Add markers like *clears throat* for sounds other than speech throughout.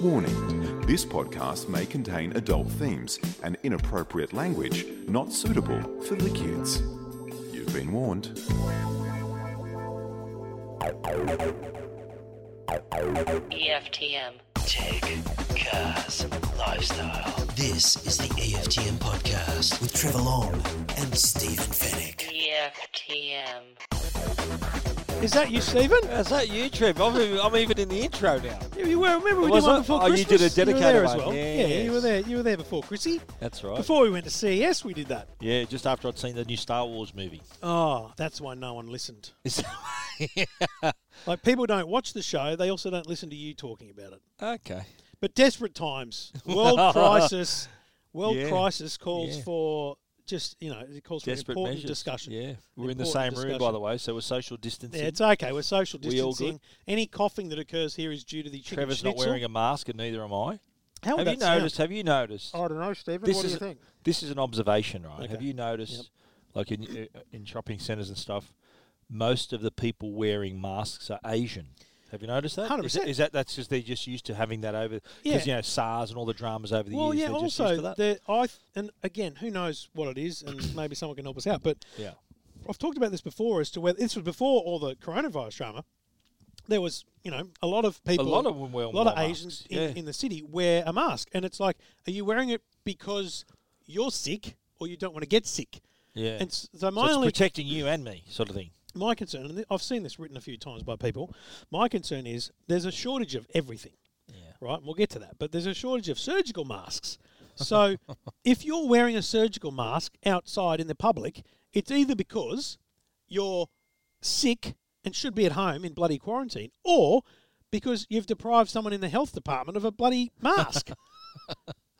Warning this podcast may contain adult themes and inappropriate language not suitable for the kids. You've been warned. EFTM. Tech, cars, lifestyle. This is the AFTM podcast with Trevor Long and Stephen Fennick. EFTM. Is that you, Stephen? Is that you, Trev? I'm, even- I'm even in the intro now. Yeah, you were. Remember we Was did one it? before Oh, you Christmas. did a You were dedicated there as one. well. Yeah, yeah, you were yes. there. You were there before Chrissy. That's right. Before we went to CES, we did that. Yeah, just after I'd seen the new Star Wars movie. Oh, that's why no one listened. Is- *laughs* Like people don't watch the show, they also don't listen to you talking about it. okay. But desperate times, world *laughs* crisis, world Yeah. crisis calls Yeah. for just you know it calls for Desperate important measures. discussion. Yeah. We're in the same Important room, by discussion. the way, so we're social distancing. Yeah, it's okay. We're social We all good? distancing. Any coughing that occurs here is due to the chicken Trevor's not schnitzel. wearing a mask, and neither am I. How would have you that sound? noticed? Have you noticed? I don't know, Stephen. This what is do you think? This is an observation, right? Have Okay. you noticed, like in uh, in shopping centres and stuff, most of the people wearing masks are Asian. Have you noticed that? 100%. Is that- Is that that's because they're just used to having that over? Yeah. Because you know SARS and all the dramas over the Well, years. yeah. they're just used to Also, that. the I th- and again, who knows what it is, *coughs* and maybe someone can help us out. But yeah, I've talked about this before as to whether this was before all the coronavirus drama. There was, you know, a lot of people, lot of them wear- a lot of wore Asians masks, in, yeah. in the city wear a mask, and it's like, are you wearing it because you're sick or you don't want to get sick? yeah. And s- so so my it's only protecting you and me, sort of thing. my concern, and th- I've seen this written a few times by people. My concern is there's a shortage of everything, right? And we'll get to that, but there's a shortage of surgical masks. *laughs* So if you're wearing a surgical mask outside in the public, it's either because you're sick and should be at home in bloody quarantine, or because you've deprived someone in the health department of a bloody *laughs* mask.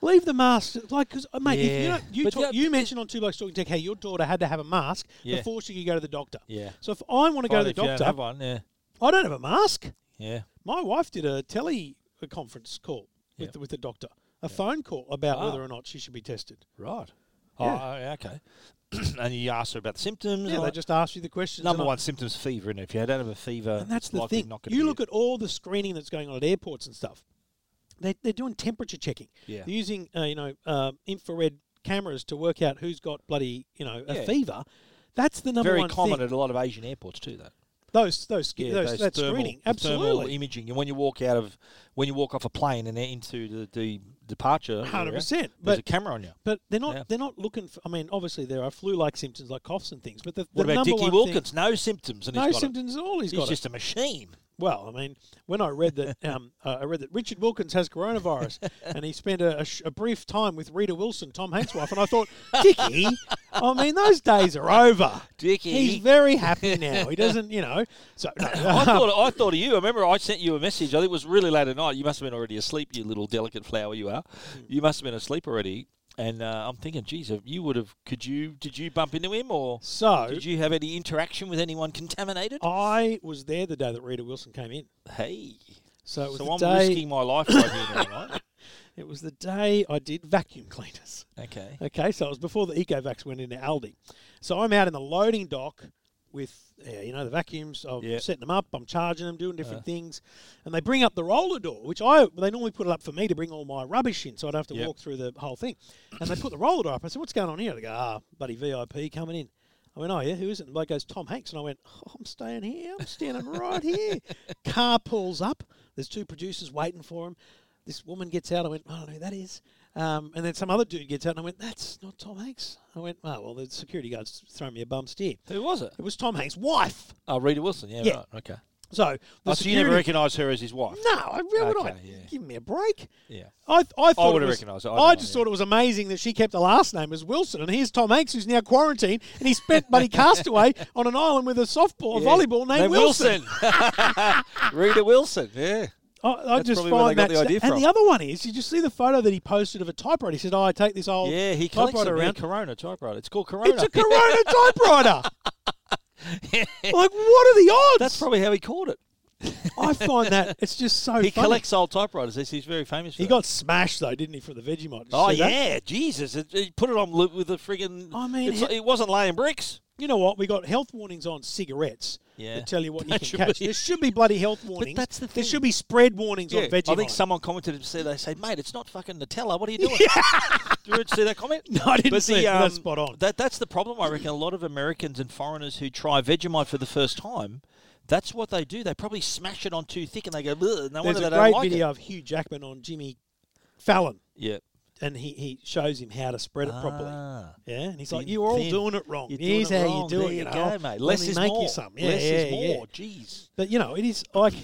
Leave the mask, like, because mate, if you, Yeah. don't, you, But talk, that- you mentioned on Two Blokes Talking Tech how your daughter had to have a mask Yeah. before she could go to the doctor. Yeah. So if I want to go to Fine, the if you don't doctor, have one, yeah, I don't have a mask. yeah. My wife did a teleconference call with the, with the doctor, a phone call about Ah. whether or not she should be tested. Right. Oh, oh, okay. *clears throat* and you asked her about the symptoms. Yeah, and they all- just ask you the questions. number and I- one symptom's fever, and if you don't have a fever, and that's it's the likely thing. Not gonna You be look at all the screening that's going on at airports and stuff. They, they're doing temperature checking. Yeah. They're using uh, you know uh, infrared cameras to work out who's got bloody you know a Yeah. fever. That's the number very one common thing. at a lot of Asian airports too. That Those those, sk- those, those that thermal- screening the thermal absolutely imaging, and when you walk out of when you walk off a plane and into the, the departure, area, 100%, There's but- a camera on you. But they're not. Yeah. They're not looking for. I mean, obviously there are flu-like symptoms like coughs and things. But the, What the about number Dickie one Wilkins? Thing, no symptoms, and no he's got it. symptoms at all. He's He's got just it. *laughs* a machine. Well, I mean, when I read that, *laughs* um, uh, I read that Richard Wilkins has coronavirus, and he spent a, a, sh- a brief time with Rita Wilson, Tom Hanks' wife, and I thought, Dickie, I mean, those days are over. Dickie. he's very happy now. He doesn't, you know. So no, *laughs* *coughs* I thought I thought of you. I remember I sent you a message. I think it was really late at night. You must have been already asleep, you little delicate flower you are. Hmm. You must have been asleep already. And uh, I'm thinking, geez, if you would have. Could you? Did you bump into him, or So- did you have any interaction with anyone contaminated? I was there the day that Rita Wilson came in. Hey, So it was so the I'm day. risking my life right here, now, right? It was the day I did vacuum cleaners. *laughs* Okay. Okay, so it was before the EcoVax went into Aldi. So I'm out in the loading dock with, yeah, you know, the vacuums. I'm Yeah. setting them up. I'm charging them, doing different things. And they bring up the roller door, which I they normally put it up for me to bring all my rubbish in, so I'd have to Yep. walk through the whole thing. And they put the roller door up. I said, "What's going on here?" They go, "Ah, buddy, VIP coming in." I went, "Oh yeah, who is it?" And the bloke goes, "Tom Hanks." And I went, oh, "I'm staying here. I'm standing right *laughs* here." Car pulls up. There's two producers waiting for him. This woman gets out. I went, "I don't know who that is." Um, and then some other dude gets out, and I went, "That's not Tom Hanks." I went, "Oh well, the security guard's thrown me a bum steer." Who was it? It was Tom Hanks' wife. Oh, Rita Wilson. Yeah. Yeah. Right. Okay. So, the Oh, so you never security- recognised her as his wife? No, I really Okay, don't. yeah. Give me a break. Yeah. I, th- I thought it would've was- recognised it. I I, don't know, just yeah. thought it was amazing that she kept the last name as Wilson, and here's Tom Hanks, who's now quarantined, and he spent *laughs* Buddy Castaway on an island with a softball, a Yeah. volleyball named Name Wilson. *laughs* Rita Wilson. Yeah. I, I That's just probably where find they that. got the idea and from. the other one is, did you see the photo that he posted of a typewriter? He said, "Oh, I take this old Yeah. He collects typewriter them. Yeah, around. Corona typewriter. It's called Corona. It's a Corona *laughs* typewriter." like, what are the odds? That's probably how he called it. I find that it's just so. He funny. collects old typewriters. He's, he's very famous. For He that. got smashed though, didn't he, for the Vegemite? Did you Oh see that? yeah, Jesus! It, it put it on loop with a friggin' I mean, it's- he- it wasn't laying bricks. you know what? We got health warnings on cigarettes Yeah. that tell *laughs* you what That you should can catch. be- There should be bloody health warnings. that's the There thing. should be spread warnings on Yeah, veggie. I think Vine. someone commented and said, they say, mate, it's not fucking Nutella. *laughs* What are you doing? Did you see that comment? No, I didn't But um, see it, but that's spot on. That, that's the problem, I reckon. A lot of Americans and foreigners who try Vegemite for the first time, that's what they do. They probably smash it on too thick and they go, "Ugh," no There's wonder a they don't great like video it. of Hugh Jackman on Jimmy Fallon, Yeah. and he, he shows him how to spread it properly. Ah. Yeah, and he's Thin, like, "You are all thin. doing it wrong. You're doing Here's it how wrong. you do there it. You You know, go, mate. Let Less me is make more. you some. Yeah, Less yeah, is yeah. more. Jeez. But you know, it is like,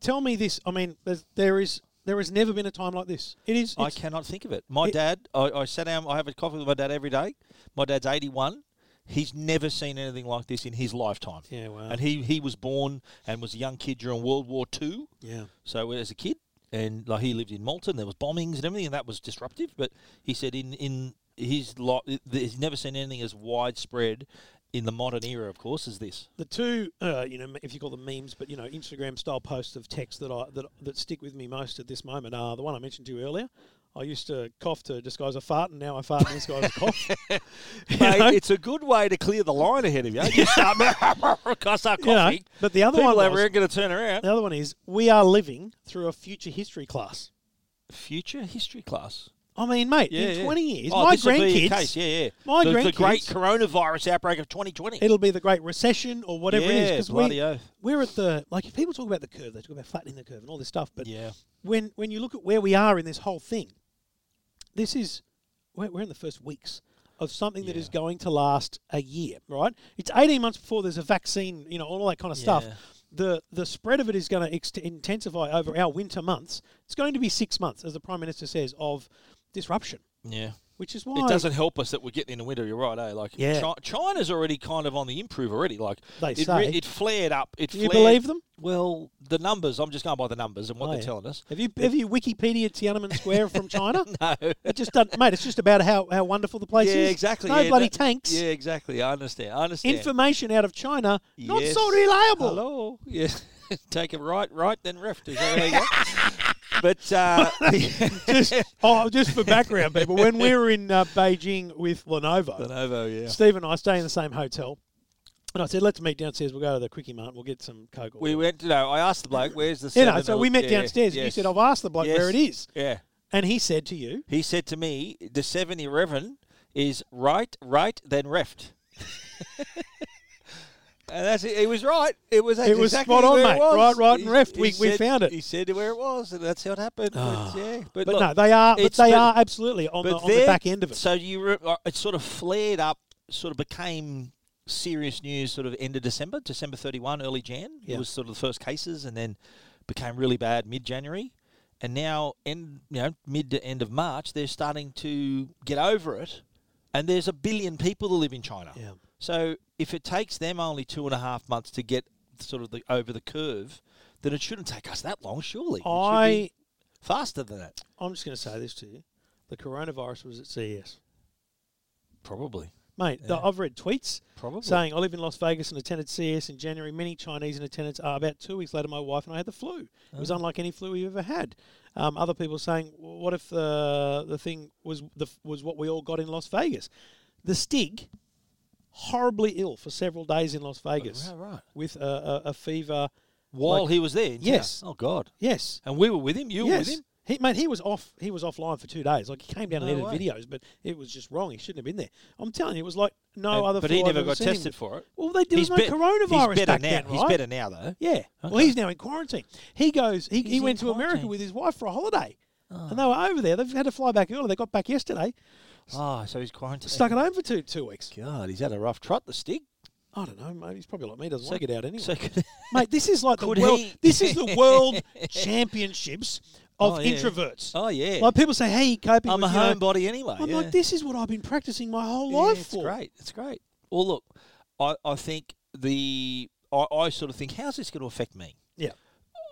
tell me this. I mean, there's, there is there has never been a time like this. It is. I it's- cannot think of it. My It- dad, I, I sat down, I have a coffee with my dad every day. My dad's 81. He's never seen anything like this in his lifetime. Yeah, wow. And he, he was born and was a young kid during World War Two. Yeah. So uh, as a kid, and like he lived in Malton, there was bombings and everything, and that was disruptive. But he said in in his lot, he's never seen anything as widespread in the modern era, of course, as this. the two, uh, you know, if you call them memes, but you know, Instagram style posts of text that I that that stick with me most at this moment are the one I mentioned to you earlier. I used to cough to disguise a fart, and now I fart and disguise a cough. *laughs* *laughs* You know? *laughs* Mate, it's a good way to clear the line ahead of you. *laughs* You start *laughs* because I You know, coffee. but the other People one over was- here going to turn around. The other one is we are living through a future history class. Future history class. I mean, mate, Yeah, in yeah. 20 years, Oh, my this would be the grandkids, case. Yeah, yeah. my the, the great grandkids- coronavirus outbreak of 2020. it'll be the Great Recession or whatever it is. Yeah, 'cause bloody we, oath. We're at the, like, if people talk about the curve, they talk about flattening the curve and all this stuff. But Yeah. when, when you look at where we are in this whole thing, this is, we're, we're in the first weeks of something that is going to last a year, right? It's 18 months before there's a vaccine, you know, all that kind of stuff. Yeah. The, the spread of it is going to ext- intensify over our winter months. It's going to be six months, as the Prime Minister says, of disruption, Yeah. which is why It doesn't help us that we're getting into winter. You're right, eh? Like, Yeah. Chi- China's already kind of on the improve already. Like, They it, say. it flared up. It Do you flared- believe them? Well, the numbers. I'm just going by the numbers and what Oh, they're yeah. telling us. Have you have you Wikipedia Tiananmen Square *laughs* from China? No. It just doesn't, mate. It's just about how, how wonderful the place yeah, is. exactly. No yeah, bloody that- tanks. Yeah, exactly. I understand. I understand. Information out of China not Yes. so reliable. Hello. Yeah. *laughs* Take a right, right, then left. Is *laughs* that how you go? But uh, *laughs* *laughs* Just, oh, just for background, people. When we were in uh, Beijing with Lenovo, Lenovo, yeah. Steve and I stay in the same hotel, and I said, "Let's meet downstairs. We'll go to the quickie mart. and We'll get some coke." or We whatever." went. to know, I asked the bloke, "Where's the?" *laughs* you know, 7 so or- we met yeah, downstairs, and you yes. said, "I've asked the bloke Yes. where it is," Yeah. and he said to you, He said to me, "The seven eleven is right, right, then left." *laughs* and that's it. He was right. It was. It was exactly spot on, where mate. It Right, was. right, and He- left. he We- we said- found it. Ah. He said where it was, and that's how it happened. But, yeah, but, "But look, no, they are, but it's- they are absolutely on, the, but on the there- back end of it." So you, re- uh, it sort of flared up, sort of became serious news, sort of end of December, December thirty one, early Jan. Yeah. It was sort of the first cases, and then became really bad mid January, and now end, you know, mid to end of March, they're starting to get over it, and there's a billion people that live in China. Yeah. So if it takes them only two and a half months to get sort of the over the curve, then it shouldn't take us that long, surely. It should be I- faster than that, I'm just going to say this to you: the coronavirus was at E CES. probably. Mate, th- I've read tweets Probably. saying I live in Las Vegas and attended CS in January. Many Chinese in attendance are about two weeks later. My wife and I had the flu. It Ah. was unlike any flu we've ever had. Um, other people saying, "W- "What if uh, the the thing was the f- was what we all got in Las Vegas?" The Stig, horribly ill for several days in Las Vegas, right, right. with a, a, a fever. While like- he was there, in town? Yes. Oh God. yes, And we were with him. You were yes. with him. He, mate, he was off. He was offline for two days. Like he came down and No edited videos, but it was just wrong. He shouldn't have been there. I'm telling you, it was like no And- other. but flu he I've never ever got seen him tested with. for it. Well, they, there was no bet- coronavirus He's better back now. then, right? He's better now though. Yeah. Well, he's now in quarantine. He goes. He, he He's went in to America quarantine. with his wife for a holiday, and they were over there. They've had to fly back early. They got back yesterday. Oh, so he's quarantined. Stuck at home for two two weeks. God, he's had a rough trot. The stick. I don't know, mate. He's probably like me. Doesn't want to get out anyway. *laughs* So could- mate, this is like the Could world. he- This is the *laughs* world championships of Oh, yeah. introverts. oh yeah. Like people say, "Hey, you coping I'm a with, you know, homebody anyway. I'm yeah. like, this is what I've been practicing my whole Yeah, life it's for. great. It's great. Well, look, I, I think the I, I sort of think how's this going to affect me? Yeah.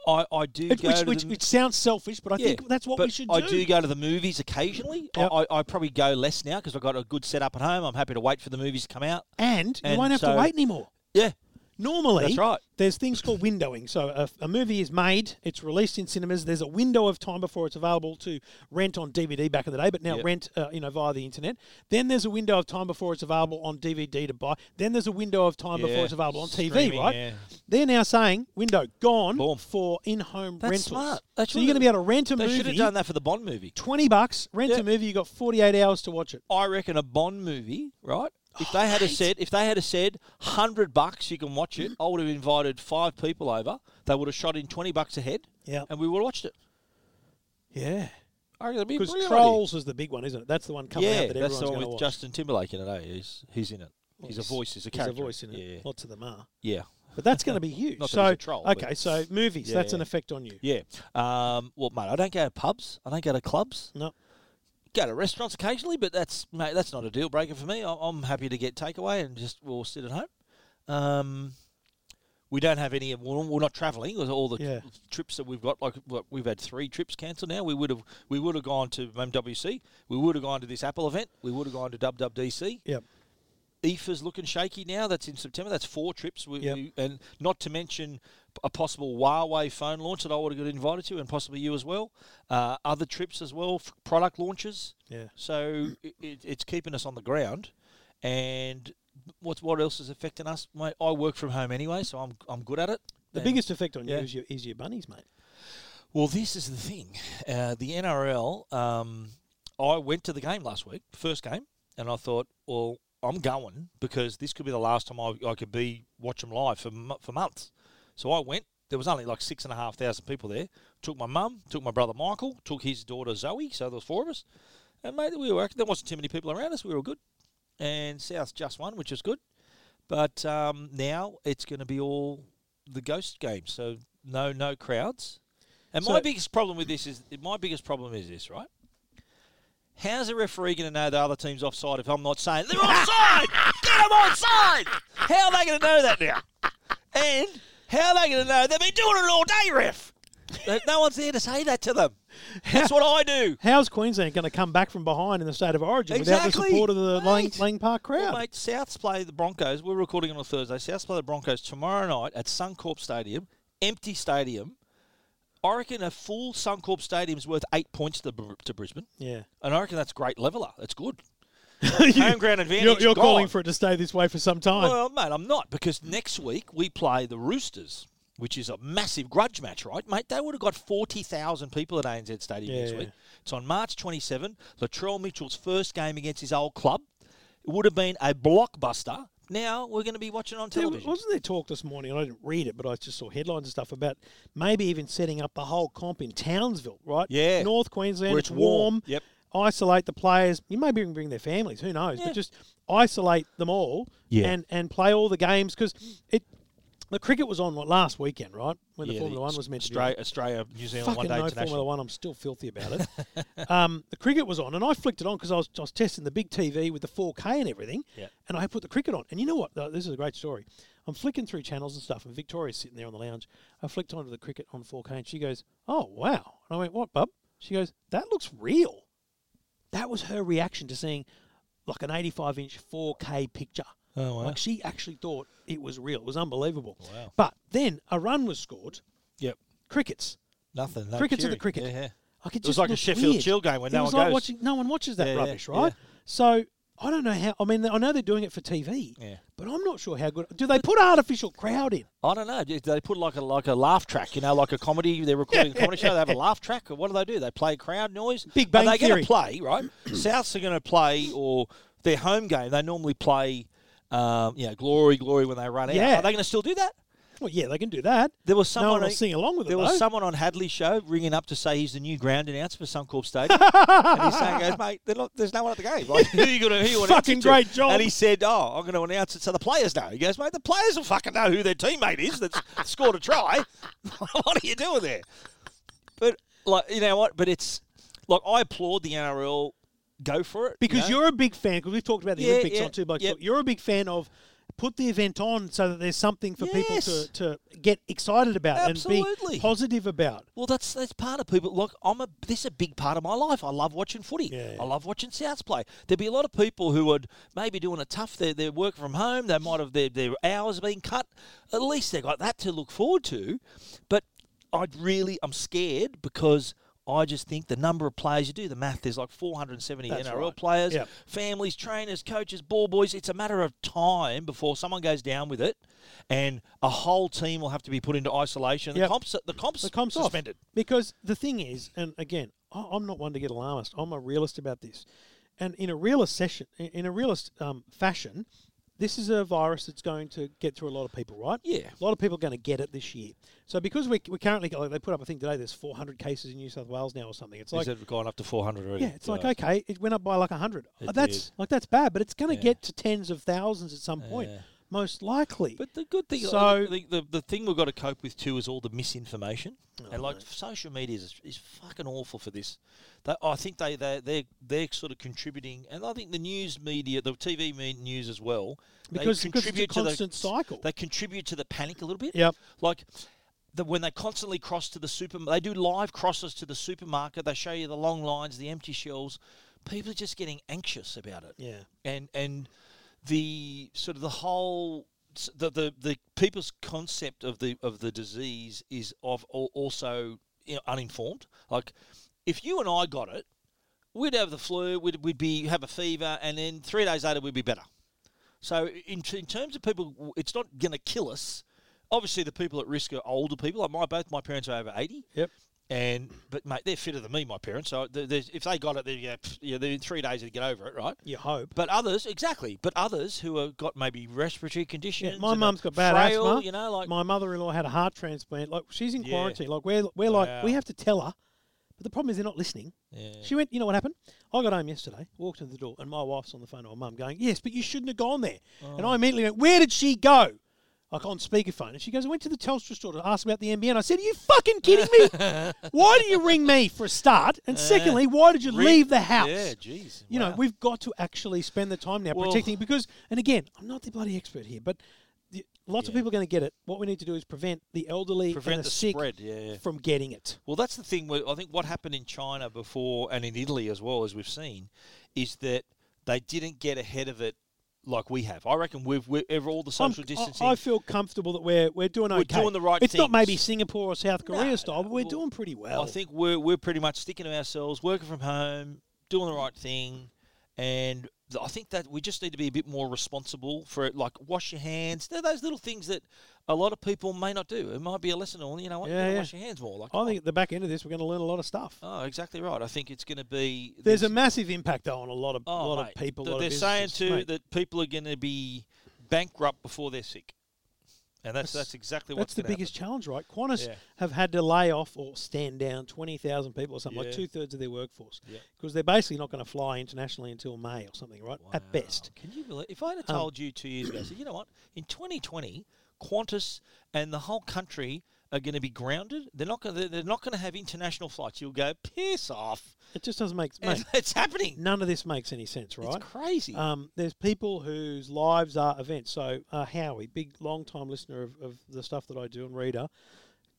I, I do It, go which, to which, the- which sounds selfish, but I Yeah, think that's what but we should I do. do go to the movies occasionally. Yep. I, I, I probably go less now because I've got a good setup at home. I'm happy to wait for the movies to come out. and you And won't have to so- wait anymore. Yeah. Normally, That's right. there's things called windowing. So a, a movie is made, it's released in cinemas. There's a window of time before it's available to rent on DVD back in the day, but now Yep. rent, uh, you know, via the internet. Then there's a window of time before it's available on DVD to buy. Then there's a window of time before Yeah, it's available on TV, streaming, right? yeah. They're now saying window gone Boom. for in-home That's rentals. smart. They so you're going to should've- be able to rent a They should movie, have done that for the Bond movie. twenty bucks, rent Yeah. a movie. You got 48 hours to watch it. I reckon a Bond movie, right? If Oh, they had a said, if they had a said, hundred bucks, you can watch it. I would have invited five people over. They would have shot in twenty bucks a head, Yeah, and we would have watched it. yeah. I reckon that'd be a Because brilliant idea. Trolls is the big one, isn't it? That's the one coming yeah, out that that's everyone's the going one to with watch. Justin Timberlake in it. Eh? He's he's in it. Well, he's a voice. He's a There's character. voice in it. Yeah, Lots of them are. yeah. But that's going to be huge. *laughs* Not that so, he's a troll, but- okay, so movies, Yeah, that's yeah. an effect on you. Yeah. Um, well, mate, I don't go to pubs. I don't go to clubs. No. Go to restaurants occasionally, but that's mate, that's not a deal breaker for me. I- I'm happy to get takeaway and just we'll sit at home. Um, we don't have any. We're we're not travelling. It was All the Yeah. trips that we've got, like what, we've had three trips cancelled now. We would have we would have gone to MWC. We would have gone to this Apple event. We would have gone to WWDC. Yep. IFA's E looking shaky now. That's in September. That's four trips. We, Yep. we- and not to mention a possible Huawei phone launch that I would have got invited to, and possibly you as well. Uh, other trips as well, f- product launches. Yeah. So it, it, it's keeping us on the ground. And what's what else is affecting us? Mate, I work from home anyway, so I'm I'm good at it. The And- biggest effect on yeah. you is your, is your bunnies, mate. well, this is the thing. Uh, the NRL, um, I went to the game last week, first game, and I thought, well, I'm going because this could be the last time I, I could be watch them live for, mo- for months. So I went. There was only like six and a half thousand people there. Took my mum, took my brother Michael, took his daughter Zoe, so there was four of us. And, mate, we were, there wasn't too many people around us. We were all good. And South just won, which is good. But um, now it's going to be all the ghost game. So no, no crowds. And my So- biggest problem with this is my biggest problem is this, right? How's a referee going to know the other team's offside if I'm not saying they're offside? Get them offside! How are they going to know that now? And how are they going to know they've been doing it all day, ref? That No one's there to say that to them. That's what I do. How's Queensland going to come back from behind in the state of origin without the Exactly, support of the Lang, mate. Lang Park crowd? Well, mate, Souths play the Broncos. We're recording on a Thursday. Souths play the Broncos tomorrow night at Suncorp Stadium, empty stadium. I reckon a full Suncorp Stadium's worth eight points to, Br- to Brisbane, yeah. and I reckon that's great leveler. That's good. Home ground advantage. You're, you're gone. calling for it to stay this way for some time. Well, mate, I'm not because next week we play the Roosters, which is a massive grudge match, right, mate? They would have got forty thousand people at ANZ Stadium next Yeah. week. It's on March 27. Latrell Mitchell's first game against his old club. It would have been a blockbuster. Now we're going to be watching on There television. wasn't there talk this morning, and I didn't read it, but I just saw headlines and stuff about maybe even setting up the whole comp in Townsville, right? Yeah. North Queensland, Where it's it's warm. warm. Yep. Isolate the players. You may even bring their families. Who knows? Yeah. But just isolate them all Yeah. and, and play all the games because it the cricket was on what, last weekend, right? When the Yeah, Formula One was meant to be. on. Australia, Australia, New Zealand Fucking one day no international. Formula One. I'm still filthy about it. *laughs* um, the cricket was on, and I flicked it on because I was, I was testing the big TV with the 4K and everything. Yeah. And I put the cricket on, and you know what? Though, This is a great story. I'm flicking through channels and stuff, and Victoria's sitting there on the lounge. I flicked onto the cricket on 4K, and she goes, "Oh wow!" And I went, "What, bub?" She goes, "That looks real." That was her reaction to seeing like an 85 inch 4K picture. Oh, wow. Like she actually thought it was real. It was unbelievable. Wow. But then a run was scored. Yep. Crickets. Nothing. No Cricket's at the cheering. cricket. Yeah, yeah. Like it, was just like a looks Sheffield weird. Shield game where It no was one like goes. Watching, no one watches that Yeah, yeah, rubbish, right? So I don't know how. I mean, I know they're doing it for TV, Yeah. but I'm not sure how good. Do they put artificial crowd in? I don't know. Do They put like a like a laugh track, you know, like a comedy. They're recording a comedy show. *laughs* They have a laugh track. Or what do they do? They play crowd noise. Big Bang Are they Theory. going to play *clears throat* right? Souths are going to play, or their home game. They normally play, um, you know, glory, glory when they run Yeah. out. Are they going to still do that? Well, yeah, they can do that. There was someone no one will on- sing along with it. There was though. someone on Hadley's show ringing up to say he's the new ground announcer for *laughs* Suncorp Stadium, and he's saying, "Goes mate, they're not, there's no one at the game. Like, *laughs* who you going to who you announce Fucking it to?" great job. And he said, "Oh, I'm going to announce it so the players know." He goes, "Mate, the players will fucking know who their teammate is that's *laughs* scored a try. *laughs* what are you doing there?" But like, you know what? But it's like I applaud the NRL. Go for it you because know? you're a big fan. Because we've talked about the Yeah, Olympics yeah, on two by yeah. You're a big fan of put the event on so that there's something for people Yes. to, to get excited about and Absolutely. be positive about. Well, that's that's part of people. Look, I'm a this is a big part of my life. I love watching footy. Yeah, yeah. I love watching Souths play. There'd be a lot of people who would maybe doing a tough. They're, they're working from home. They might have their their hours being cut. At least they got that to look forward to. But I'd really I'm scared because. I just think the number of players you do the math. There's like 470 That's NRL right. players, Yep. families, trainers, coaches, ball boys. It's a matter of time before someone goes down with it, and a whole team will have to be put into isolation. The Yep. comps, the comps, the comp's off. suspended. Because the thing is, and again, I- I'm not one to get alarmist. I'm a realist about this, and in a realist session, in- in a realist um, fashion, this is a virus that's going to get through a lot of people, right? Yeah. a lot of people are going to get it this year. So because we we currently like they put up a thing today. There's 400 cases in New South Wales now or something. It's He like said we've gone up to 400 already. yeah, it's like okay, it went up by like 100. It that's did. like that's bad, but it's going to Yeah. get to tens of thousands at some point, Yeah. most likely. But the good thing, So- so the, the, the thing we've got to cope with too is all the misinformation, and like social media is, is fucking awful for this. They, I think they they they they're sort of contributing, and I think the news media, the TV me- news as well, they Because- because it's a contribute to the- constant cycle. They contribute to the panic a little bit. Yep. Like. The, when they constantly cross to the super, they do live crosses to the supermarket. They show you the long lines, the empty shelves. People are just getting anxious about it yeah. and and the sort of the whole s- the the, the people's concept of the of the disease is of al- also you know, uninformed. Like if you and I got it, we'd have the flu, we'd we'd be have a fever, and then three days later we'd be better. So in in terms of people, w- it's not going to kill us. Obviously, the people at risk are older people. Like my both my parents are over eighty. Yep. And but mate, they're fitter than me. My parents, so they- they- if they got it, they yeah, pff, yeah, they're in three days they get over it, right? You hope. But others, exactly. But others who have got maybe respiratory conditions. Yeah, my and are mum's got bad frail, asthma. You know, like my mother-in-law had a heart transplant. Like she's in Yeah. quarantine. Like we're we're like we Wow. have to tell her, but the problem is they're not listening. Yeah. She went. You know what happened? I got home yesterday, walked in the door, and my wife's on the phone to my mum, going, "Yes, but you shouldn't have gone there." And Oh. I immediately went, "Where did she go?" Like on speakerphone, and she goes, "I went to the Telstra store to ask about the NBN." I said, "Are you fucking kidding *laughs* me? why do you ring me for a start? And secondly, why did you re- leave the house?" Yeah, jeez. You wow. know, we've got to actually spend the time now Well- protecting because, and again, I'm not the bloody expert here, but the, lots of people are going to get it. What we need to do is prevent the elderly Prevent and the, the sick spread, yeah, yeah. from getting it. Well, that's the thing. where- I think what happened in China before and in Italy as well, as we've seen, is that they didn't get ahead of it like we have. I reckon we've, we've ever all the I'm- social I- distancing. I feel comfortable that we're we're doing We're okay. doing the right It's not things. maybe Singapore or South Korea No, style, but we're well, doing pretty well. I think we're we're pretty much sticking to ourselves, working from home, doing the right thing, and th- I think that we just need to be a bit more responsible for it. Like wash your hands. They're those little things that a lot of people may not do. It might be a lesson on you know what, Yeah, you gotta yeah. wash your hands more. Like I think at the back end of this, we're going to learn a lot of stuff. oh, exactly right. I think it's going to be There's a this- massive impact though on a lot of oh, lot mate, of people. th- lot of they're saying businesses, too mate. that people are going to be bankrupt before they're sick, and that's that's, That's- exactly That's what's the gonna biggest happen. challenge, right? Qantas Yeah. have had to lay off or stand down 20,000 people or something, like Yeah. two thirds of their workforce, Yep. because they're basically not going to fly internationally until May or something, right? At Wow. best. Oh, Can you believe? If I Um, had told you two years ago, I said, you know what? In 2020, Qantas and the whole country are going to be grounded. They're not going. to They're not going to have international flights. You'll go piss off. It just doesn't make And mate, it's happening. None of this makes any sense, right? It's crazy. Um, there's people whose lives are events. So uh, Howie, big long time listener of, of the stuff that I do and reader,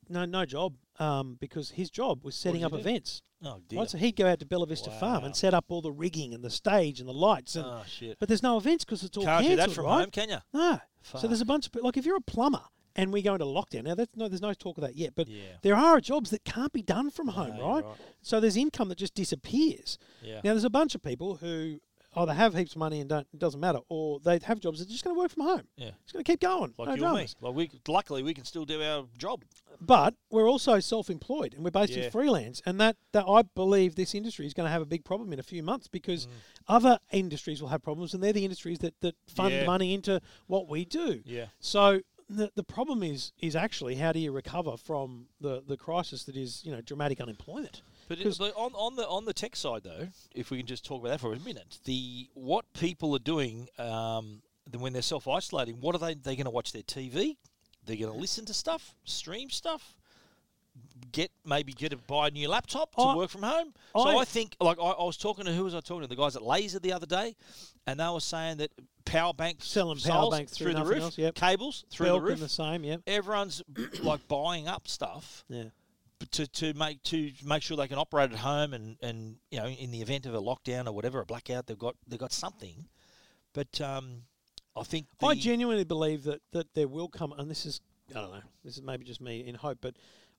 no no job um, because his job was setting he up do? events. oh dear. Right, so he'd go out to Bella Vista Farm Wow. and set up all the rigging and the stage and the lights. And, Oh, shit. But there's no events because it's all Can't do cancelled, that from right? home, can you? No. So there's a bunch of pe- like if you're a plumber and we go into lockdown now. That's no, there's no talk of that yet. But Yeah. there are jobs that can't be done from home, you're right? right. So there's income that just disappears. Yeah. Now there's a bunch of people who either have heaps of money and don't it doesn't matter, or they have jobs that are just going to work from home. Yeah. It's going to keep going. no Like you and me. dramas. Like we. Luckily, we can still do our job. But we're also self-employed and we're based in Yeah. freelance, and that that I believe this industry is going to have a big problem in a few months because Mm. other industries will have problems, and they're the industries that that fund Yeah. money into what we do. Yeah. So the, the problem is is actually how do you recover from the, the crisis that is you know dramatic unemployment? But, it, 'Cause- but on, on the on the tech side though, if we can just talk about that for a minute, the what people are doing um, the- when they're self isolating, what are they? They're going to watch their TV. They're going to listen to stuff, stream stuff. get maybe get a buy a new laptop to I- work from home. So I- I, think like I, I was talking to who was I talking to? The guys at Laser the other day, and they were saying that power banks Selling power sales banks through the nothing roof, else, yep. cables through Belkin the roof. the same, yeah. Everyone's like buying up stuff Yeah. to, to make to make sure they can operate at home and, and you know in the event of a lockdown or whatever a blackout they've got they've got something, but um, I think the, I genuinely believe that, that there will come, and this is, I don't know, this is maybe just me in hope, but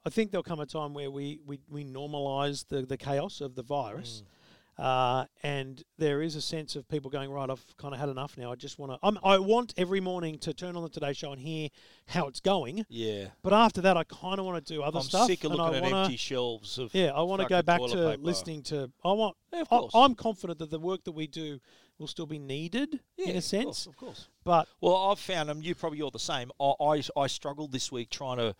I think there'll come a time where we, we, we normalise the, the chaos of the virus. Mm. Uh, and there is a sense of people going right. I've kind of had enough now. I just want to. I want every morning to turn on the Today Show and hear how it's going. yeah. But after that, I kind of want to do other I'm stuff. sick of and looking I at wanna, empty shelves *laughs* of Yeah, I want to go fucking back toilet to paper. listening to. I want. Yeah, of I- course. I'm confident that the work that we do will still be needed in Yeah, a of course, sense. of course. But Well, I've found them. You probably all the same. I, I I struggled this week trying to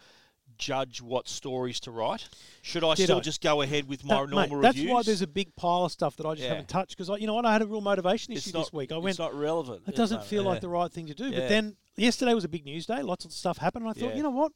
judge what stories to write. Should I Did still I? just go ahead with my that- normal mate, reviews? that's why there's a big pile of stuff that I just Yeah. haven't touched because you know what? I had a real motivation it's issue not, this week. I it's went. not relevant. It doesn't feel like the right thing to do. But Yeah. then yesterday was a big news day. Lots of stuff happened. And I thought, Yeah. you know what?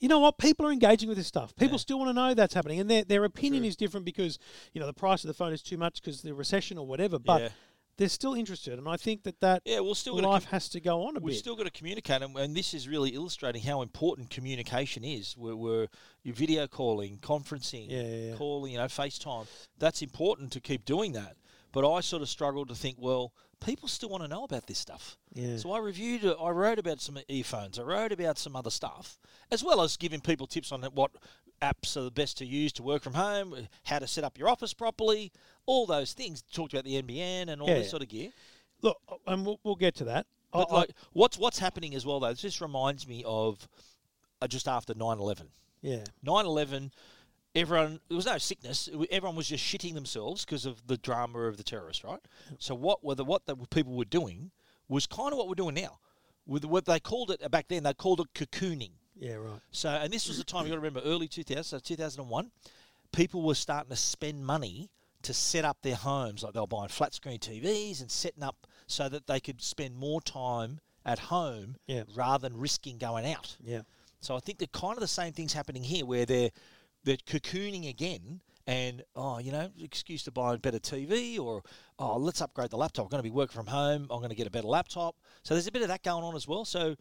You know what? People are engaging with this stuff. People still want to know that's happening, and their their opinion is different because you know the price of the phone is too much because the recession or whatever. But Yeah. they're still interested, and I think that that Yeah, we're still gonna life com- has to go on a We've bit. still got to communicate, and, and this is really illustrating how important communication is. We're, we're you're video calling, conferencing, Yeah, yeah, yeah. calling, you know, FaceTime. That's important to keep doing that. But I sort of struggled to think, well, people still want to know about this stuff. Yeah. So I reviewed, I wrote about some earphones, I wrote about some other stuff, as well as giving people tips on what apps are the best to use to work from home, how to set up your office properly, all those things. Talked about the NBN and all Yeah, this yeah. sort of gear. Look, and we'll, we'll get to that. I- But I- like, what's what's happening as well though? This reminds me of uh, just after 9-11. yeah, 9-11, everyone there was no sickness. It wa- Everyone was just shitting themselves because of the drama of the terrorists, right? So what were the what the people were doing was kind of what we're doing now. With what they called it uh, back then, they called it cocooning. yeah, right. So, and this was the time you got to remember, early 2000, so 2001, people were starting to spend money to set up their homes, like they were buying flat screen TVs and setting up so that they could spend more time at home Yeah. rather than risking going out. Yeah, So I think that kind of the same thing's happening here, where they're they're cocooning again, and oh, you know, excuse to buy a better TV, or oh, let's upgrade the laptop. I'm going to be working from home. I'm going to get a better laptop. So there's a bit of that going on as well. So.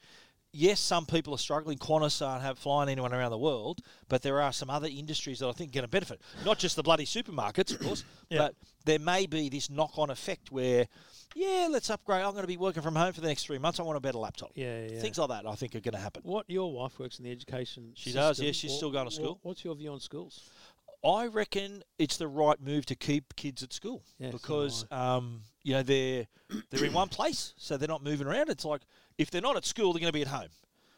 Yes, some people are struggling. Qantas aren't have flying anyone around the world, but there are some other industries that I think are going to benefit. Not just the bloody supermarkets, of *coughs* course, but there may be this knock-on effect where, yeah, let's upgrade. I'm going to be working from home for the next three months. I want a better laptop. Yeah, yeah. Things like that, I think, are going to happen. What your wife works in the education. She does, system. yeah, she's Wha- still going to wha- school. What's your view on schools? I reckon it's the right move to keep kids at school Yeah, so do because um, you know they're they're in one place, so they're not moving around. It's like if they're not at school, they're going to be at home,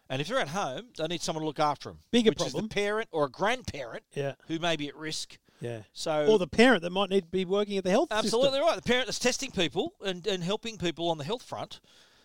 and if they're at home, they need someone to look after them. Bigger which problem. is the parent or a grandparent Yeah, who may be at risk. yeah. So Or the parent that might need to be working at the health system. absolutely right, the parent that's testing people and, and helping people on the health front.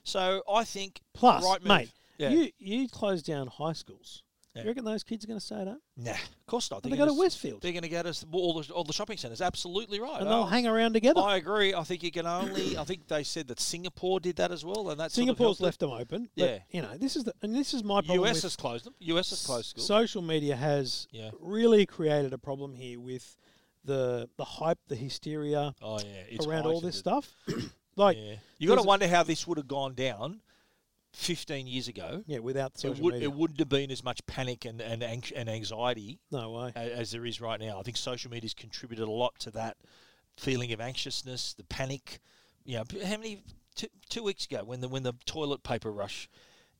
So I think Plus, right move. mate, yeah. you you close down high schools. Yeah. You reckon those kids are going to stay at home? nah, of course not. And they They're go to gonna s- Westfield They're going to go to s- all the, all the shopping centres. Absolutely right. and I- they'll hang around together. I agree. I think you can only. I think they said that Singapore did that as well, and that's Singapore's sort of left them open. But, Yeah. you know this is the and this is my helped it. problem. US with has closed them. US has closed schools. Social media has Yeah. really created a problem here with the the hype, the hysteria oh yeah, it's around all heightened, this it- stuff. *coughs* like, Yeah, you got to there's a- wonder how this would have gone down fifteen years ago. yeah, without It social would. media, It wouldn't have been as much panic and and anx- and anxiety no way. a- as there is right now. I think social media's contributed a lot to that feeling of anxiousness, the panic. You know, p- how many two, two weeks ago when the when the toilet paper rush,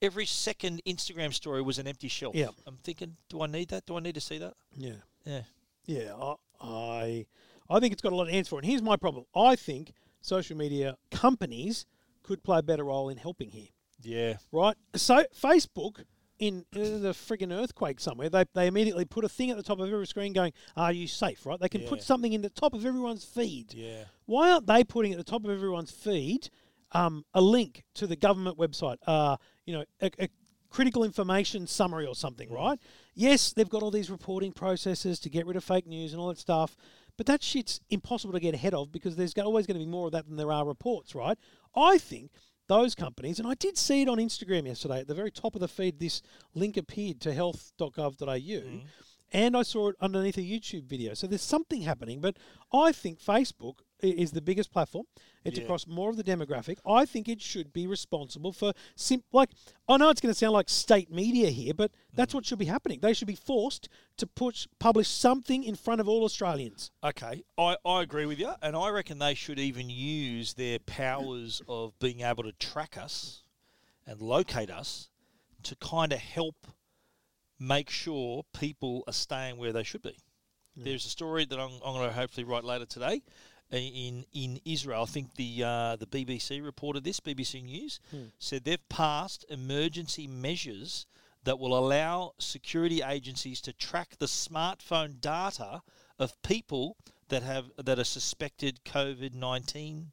every second Instagram story was an empty shelf. Yeah. I'm thinking, do I need that? Do I need to see that? Yeah. Yeah. Yeah, I, I, I think it's got a lot of answer for it. And here's my problem: I think social media companies could play a better role in helping here. Yeah. Right? So Facebook. In uh, the friggin' earthquake somewhere, they, they immediately put a thing at the top of every screen going, Are you safe? Right? They can put Yeah. something in the top of everyone's feed. Yeah. Why aren't they putting at the top of everyone's feed um, a link to the government website? Uh, you know, a, a critical information summary or something, right? Yes, they've got all these reporting processes to get rid of fake news and all that stuff, but that shit's impossible to get ahead of because there's go- always going to be more of that than there are reports, right? I think those companies, and I did see it on Instagram yesterday, at the very top of the feed, this link appeared to health.gov.au. and I saw it underneath a YouTube video. So there's something happening, but I think Facebook i- is the biggest platform. It's across more of the demographic. I think it should be responsible for sim- like I know it's going to sound like state media here, but Mm. that's what should be happening. They should be forced to push publish something in front of all Australians. Okay, I, I agree with you, and I reckon they should even use their powers of being able to track us and locate us to kind of help make sure people are staying where they should be. There's a story that I'm, I'm going to hopefully write later today i- in in Israel. I think the uh, the BBC reported this. BBC News Hmm. said they've passed emergency measures that will allow security agencies to track the smartphone data of people that have that are suspected COVID nineteen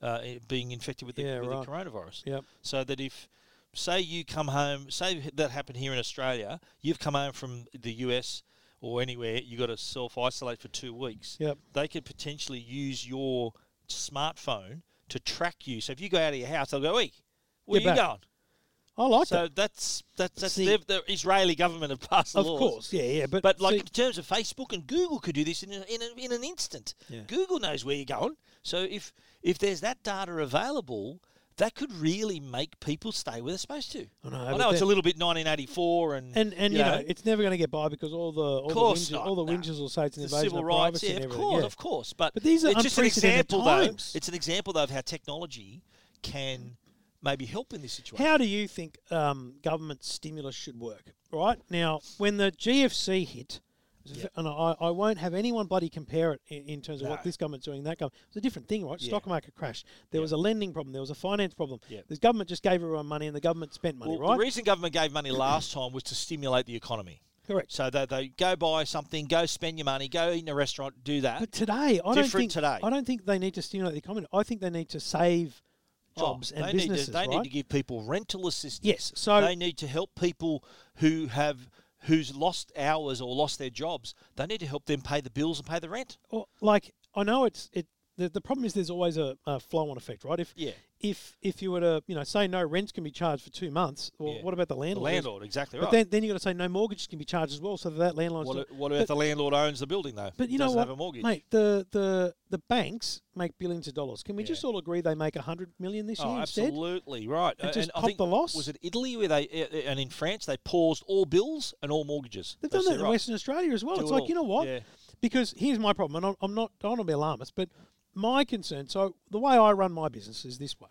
uh, i- being infected with the, Yeah, with right. the coronavirus. Yep. So that if, say, you come home, say that happened here in Australia, you've come home from the US or anywhere, you got to self isolate for two weeks. Yep. They could potentially use your smartphone to track you. So if you go out of your house, they'll go, "Hey, where You're you back." going?" I like So that. that's that's that's See- they've- the Israeli government have passed the Of laws. course, yeah, yeah, but *laughs* But like see- in terms of Facebook and Google could do this in a, in, a, in an instant. Yeah. Google knows where you're going. So if if there's that data available, that could really make people stay where they're supposed to. I know, I but know it's then- a little bit 1984 and And and you, know, it's never going to get by because all the all the course whinges, not, all the no. whinges will say it's an the invasion civil of rights. privacy Yeah, and of everything. course, yeah. of course. But, But these are it's just an unprecedented example, times. though. It's an example though of how technology can maybe help in this situation. How do you think um, government stimulus should work? Right now, when the GFC hit, *laughs* and I, I won't have anyone bloody compare it in, in terms of what No. this government's doing, and that government. It's a different thing, right? Yeah. Stock market crashed. There was a lending problem. There was a finance problem. Yeah. The government just gave everyone money, and the government spent money, Well, right? The reason government gave money last time was to stimulate the economy. Correct. So they, they go buy something, go spend your money, go eat in a restaurant, do that. But today, I don't Different think today. I don't think they need to stimulate the economy. I think they need to save jobs Oh, and they businesses. Need to, they right? need to give people rental assistance. Yes, so- they need to help people who have who's lost hours or lost their jobs. They need to help them pay the bills and pay the rent. Well, like I know it's it. The, the problem is there's always a, a flow-on effect, right? If Yeah. if if you were to you know say no rents can be charged for two months, well, Yeah. what about the The landlord? landlord, exactly But right. then then you got to say no mortgages can be charged as well, so that, that landlord's what, not- what if but, the landlord owns the building though? but you know Doesn't what, Have a mortgage. mate? The the the banks make billions of dollars. Can we just Yeah. all agree they make a hundred million this Oh, year instead? absolutely right. And just I pop think- the loss? Was it Italy where they uh, uh, and in France they paused all bills and all mortgages? They've They done said, that in "Right, Western Australia as well. do it's it like all." you know what? Yeah. Because here's my problem, and I'm- I'm not I don't want to be alarmist, but my concern. So the way I run my business is this way: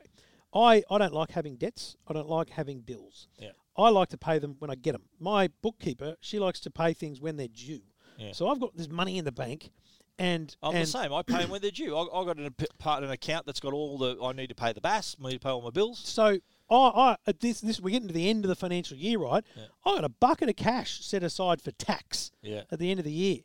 I I don't like having debts. I don't like having bills. Yeah. I like to pay them when I get them. My bookkeeper, she likes to pay things when they're due. Yeah. So I've got this money in the bank, and I'm and the same. I pay them when they're due. I, I got an ap- part an account that's got all the I need to pay the bass, I need to pay all my bills. so I, I at this this we're getting to the end of the financial year, right? I got a bucket of cash set aside for tax. Yeah. At the end of the year,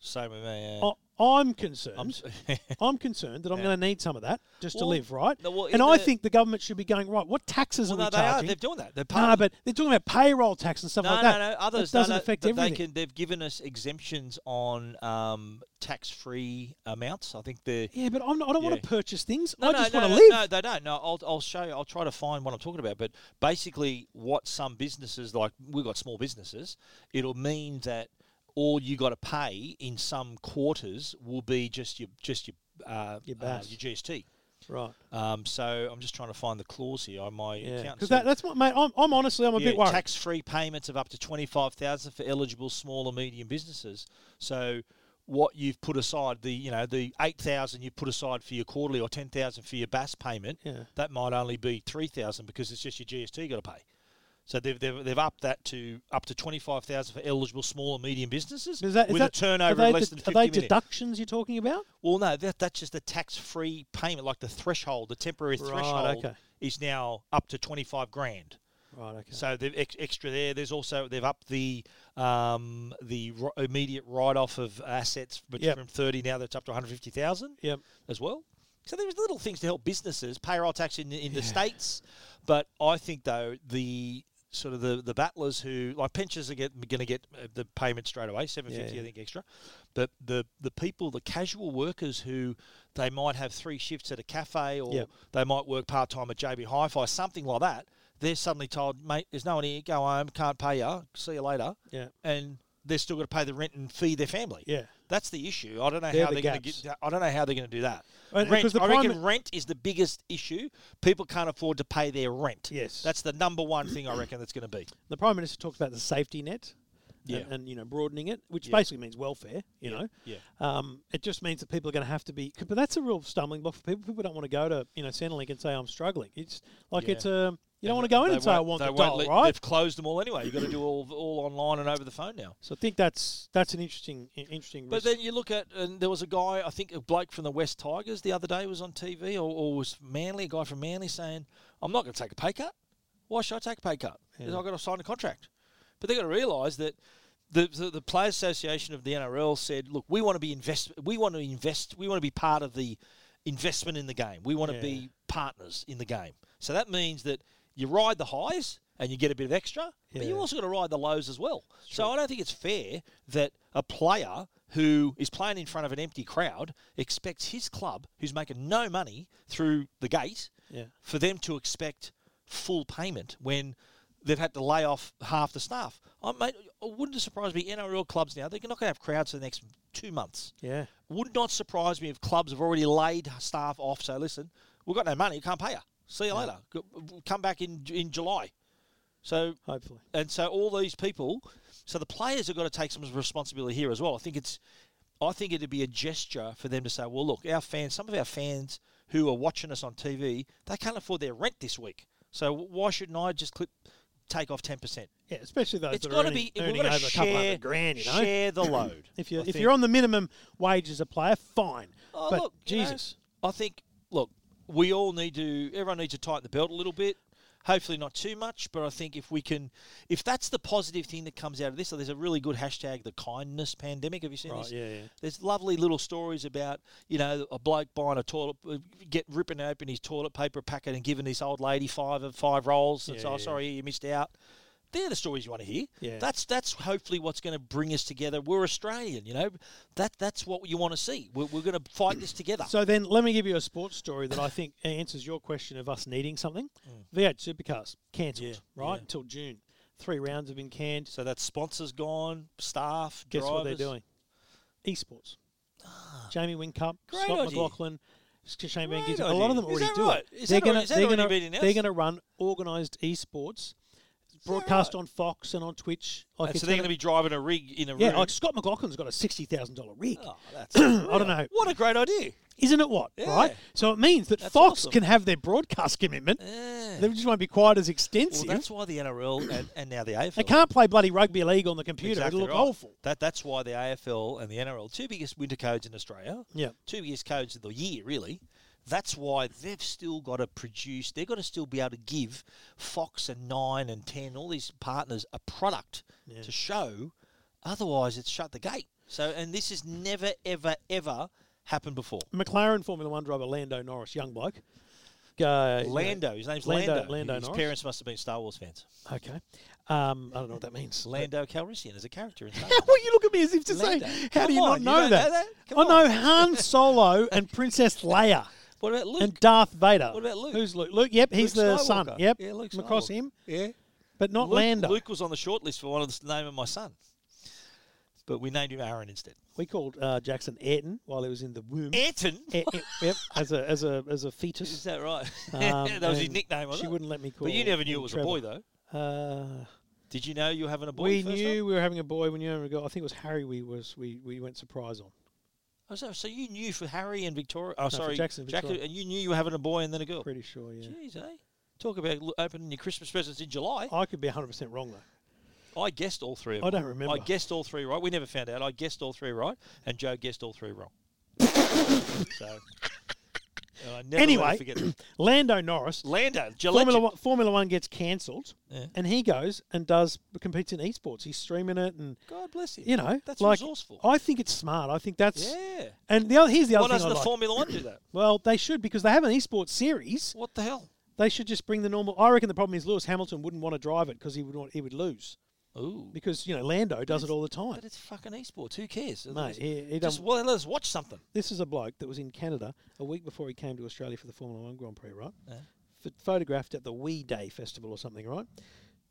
Same with me. Yeah. I, I'm concerned. I'm s- *laughs* I'm concerned that I'm going to need some of that just to Well, live, right? no, well, and in I the- think the government should be going right. What taxes are well, we no, they are. charging? They're doing that. They're no, part of- but they're talking about payroll tax and stuff no, like no, that. no. Others that doesn't no, no, affect th- everything. They can. They've given us exemptions on um, tax-free amounts. I think they're. yeah, but I'm not, I don't want to Yeah. purchase things. No, I no, just no, want to no, live. No, they don't. No, I'll, I'll show you. I'll try to find what I'm talking about. But basically, what some businesses like we've got small businesses, it'll mean that all you got to pay in some quarters will be just your just your uh, Your uh, bas. your GST. Right. Um, so I'm just trying to find the clause here. on My Yeah. account Because that, that's what, mate. I'm, I'm honestly, I'm a bit worried. Tax-free payments of up to twenty-five thousand for eligible small and medium businesses. So, what you've put aside, the you know the eight thousand you put aside for your quarterly or ten thousand for your BAS payment, Yeah. that might only be three thousand because it's just your GST got to pay. So they've, they've, they've upped that to up to twenty five thousand for eligible small and medium businesses Is that, is with that, a are turnover they of less de- than fifty Are they million. deductions you're talking about? Well, no, that, that's just the tax-free payment, like the threshold, the temporary Right, threshold okay. is now up to twenty-five grand. Right, okay. So they've ex- extra there. There's also they've upped the um, the ri- immediate write off of assets bet- Yep. from thirty now that's up to one hundred fifty thousand Yep. as well. So there's little things to help businesses, payroll tax in, in the states, but I think though the sort of the, the battlers who like pensioners are get, going to get uh, the payment straight away, seven fifty Yeah. I think extra, but the the people, the casual workers who they might have three shifts at a cafe or Yep. they might work part time at JB Hi-Fi, something like that. They're suddenly told, mate, there's no one here. Go home. Can't pay you. See you later. Yeah. And they're still got to pay the rent and feed their family. Yeah. That's the issue. I don't know They're how the they're going gaps. to get. I don't know how they're going to do that. And- rent, because the I prime- reckon rent is the biggest issue. People can't afford to pay their rent. Yes. that's the number one thing I reckon that's going to be. The Prime Minister talks about the safety net. Yeah. And, and, you know broadening it, which basically means welfare. You know, yeah. Um, it just means that people are going to have to be. But that's a real stumbling block for people. People don't want to go to you know Centrelink and say I'm struggling. It's like it's a you don't want to go in They and say I want won't- they the won't doll, let- right? They've closed them all anyway. You've got to do all all online and over the phone now. So I think that's that's an interesting i- interesting. But risk. then you look at, and there was a guy, I think a bloke from the West Tigers the other day was on TV, or, or was Manly, a guy from Manly saying, I'm not going to take a pay cut. Why should I take a pay cut? Because I've got to sign a contract. But they've got to realise that the, the, the Players Association of the NRL said, look, we want to be invest, we want to invest, we want to be part of the investment in the game. We want to be partners in the game. So that means that you ride the highs and you get a bit of extra, but Yeah. you also got to ride the lows as well. So I don't think it's fair that a player who is playing in front of an empty crowd expects his club, who's making no money through the gate, Yeah. for them to expect full payment when they've had to lay off half the staff. I mate, it wouldn't it surprise me. NRL clubs now they're not going to have crowds for the next two months. yeah, Would not surprise me if clubs have already laid staff off. So listen, we've got no money. We can't pay you. See you later. Go- Come back in in July. So hopefully. and so all these people, so the players have got to take some responsibility here as well. I think it's, I think it'd be a gesture for them to say, well, look, our fans, some of our fans who are watching us on TV, they can't afford their rent this week. So why shouldn't I just clip, take off ten percent? Yeah, especially those It's that are got to earning- be we've earning got to over a couple share, hundred grand. You know, share the load. *clears throat* if you I if think. you're on the minimum wage as a player, fine. Oh, but look, you know, Jesus, I think, look, we all need to, everyone needs to tighten the belt a little bit. Hopefully not too much, but I think if we can, if that's the positive thing that comes out of this, so there's a really good hashtag, the kindness pandemic. Have you seen Right, this? yeah, yeah. There's lovely little stories about, you know, a bloke buying a toilet, uh, get ripping open his toilet paper packet and giving this old lady five of five rolls. And Yeah, so, oh, yeah. sorry, you missed out. They're the stories you want to hear. Yeah. That's that's hopefully what's going to bring us together. We're Australian, you know. That that's what you want to see. We're, we're going to fight this together. So then, let me give you a sports story that I think answers your question of us needing something. Mm. V8 Supercars cancelled, right until June. Three rounds have been canned. So that sponsor's gone, staff, Guess what they're drivers. Ah. doing? Esports. Jamie Wincup, Great Scott idea. McLaughlin, Shane Van Great Gisbergen. A lot of them idea. Is already that do right? it. Is they're that gonna already- is that they're already gonna being announced? they're gonna run organised esports, broadcast right? on Fox and on Twitch. Like And it's so they're going gonna- to be driving a rig in a yeah, room. like Scott McLaughlin's got a sixty thousand dollar rig. oh, that's *clears throat* I don't know. What a great idea. Isn't it what? Yeah. Right? So it means that That's Fox awesome. can have their broadcast commitment. Yeah. They just won't be quite as Well, extensive. that's why the NRL and, and now the AFL. they can't play bloody rugby league on the computer. Exactly It'll look right. awful. That that's why the AFL and the NRL, two biggest winter codes in Australia, Yeah. two biggest codes of the year, really. That's why they've still got to produce. They've got to still be able to give Fox and Nine and Ten, all these partners, a product to show. Otherwise, it's shut the gate. So, and this has never, ever, ever happened before. McLaren Formula One driver Lando Norris, young bloke. Uh, Lando, his name's Lando- Lando. Lando his Norris. parents must have been Star Wars fans. Okay. Um, I don't know what that means. *laughs* Lando Calrissian is a character in Star Wars. well, you look at me as if to Lando. say, how do Come you on, you not know don't that? know that? Come I on. know *laughs* Han Solo and Princess Leia what about Luke? and Darth Vader. What about Luke? Who's Luke? Luke, yep, he's Luke the son. Skywalker. Yep, Yeah, Luke I'm across Skywalker. him, yeah. but not Luke, Lando. Luke was on the shortlist for one of the name of my son, but we named him Aaron instead. We called uh, Jackson Ayrton while he was in the womb. Ayrton, Ay- ay- yep, as a as a as a is fetus. that right? Um, *laughs* that was his and nickname. Wasn't She it? wouldn't let me call. But you never knew it was Trevor. a boy, though. Uh, Did you know you were having a boy? we the first knew time? we were having a boy. We knew we got. I think it was Harry. We was we we went surprise on. Oh, so, so you knew for Harry and Victoria. Oh, for sorry, Jackson and Victoria. and you knew you were having a boy and then a girl. Pretty sure. Yeah. Jeez, eh? Talk about lo- opening your Christmas presents in July. I could be 100 percent wrong though. I guessed all three. Of I them. don't remember. I guessed all three right. We never found out. I guessed all three right, and Joe guessed all *laughs* three wrong. so. and I never let her Anyway, *coughs* forget that. *clears throat* Lando Norris, Lando, Gillette. Formula One, Formula One gets cancelled, Yeah. and he goes and does competes in esports. He's streaming it, and God bless him. you know, that's like, resourceful. I think it's smart. I think that's yeah. And the other, here's the other Why thing doesn't I the like. Formula *coughs* One do that? well, they should because they have an esports series. What the hell? They should just bring the normal. I reckon the problem is Lewis Hamilton wouldn't want to drive it because he would want, he would lose Ooh, because you know Lando does it all the time. but it's fucking esports. Who cares? Mate, he- he just don't- well, let us watch something. This is a bloke that was in Canada a week before he came to Australia for the Formula One Grand Prix, right? Ph- photographed at the Wee Day Festival or something, right?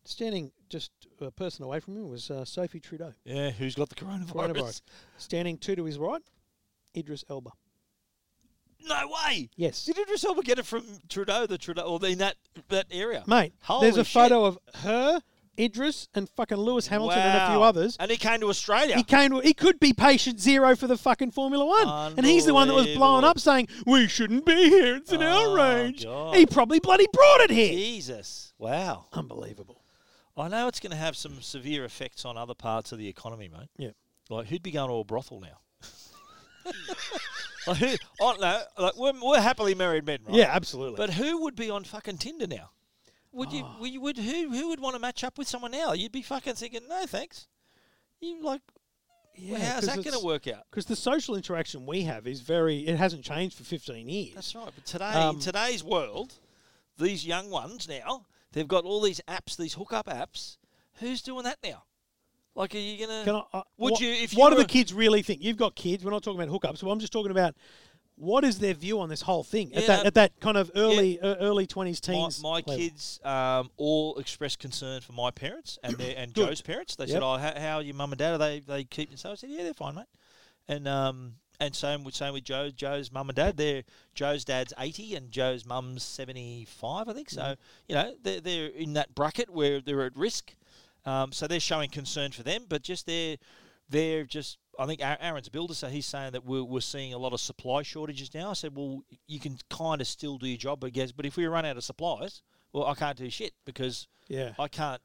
standing just a person away from him was uh, Sophie Trudeau, Yeah, who's got the coronavirus? coronavirus. Standing two to his right, Idris Elba. No way. Yes. Did Idris Elba get it from Trudeau, the Trudeau, or in that that area? Mate, Holy there's a shit. photo of her, Idris, and fucking Lewis Hamilton and a few Wow. others. and he came to Australia. He came. To, he could be patient zero for the fucking Formula One, and he's the one that was blowing up saying we shouldn't be here. It's an outrage. Oh, God. He probably bloody brought it here. Jesus, wow. Unbelievable. I know it's going to have some severe effects on other parts of the economy, mate. Yeah. Like, who'd be going to a brothel now? *laughs* like, who, oh, no, like we're, we're happily married men, right? Yeah, absolutely. But who would be on fucking Tinder now? Would you? Would, you- would who? Who would want to match up with someone now? You'd be fucking thinking, no, thanks. You like, well, how's that going to work out? Because the social interaction we have is very. It hasn't changed for 15 years. That's right. But today, Um, in today's world, these young ones now, they've got all these apps, these hookup apps. Who's doing that now? Like, are you gonna? Can I, I- would what, you? If what you do were- the kids really think? You've got kids. We're not talking about hookups. So I'm just talking about what is their view on this whole thing at Yeah, that no. at that kind of early uh, early 20s my, teens. my level. kids um, all expressed concern for my parents and their and Joe's parents. They Yep. said, "Oh, how, how are your mum and dad? Are they they keeping?" So I said, "Yeah, they're fine, mate." And um, and same with same with Joe. Joe's mum and dad. They're Joe's dad's eighty and Joe's mum's seventy five, I think. So you know they're they're in that bracket where they're at risk. Um, so they're showing concern for them, but just they're they're just. I think Aa- Aaron's builder, so he's saying that we're, we're seeing a lot of supply shortages now. I said, well, you can kind of still do your job, but guess, but if we run out of supplies, well, I can't do shit because Yeah. I can't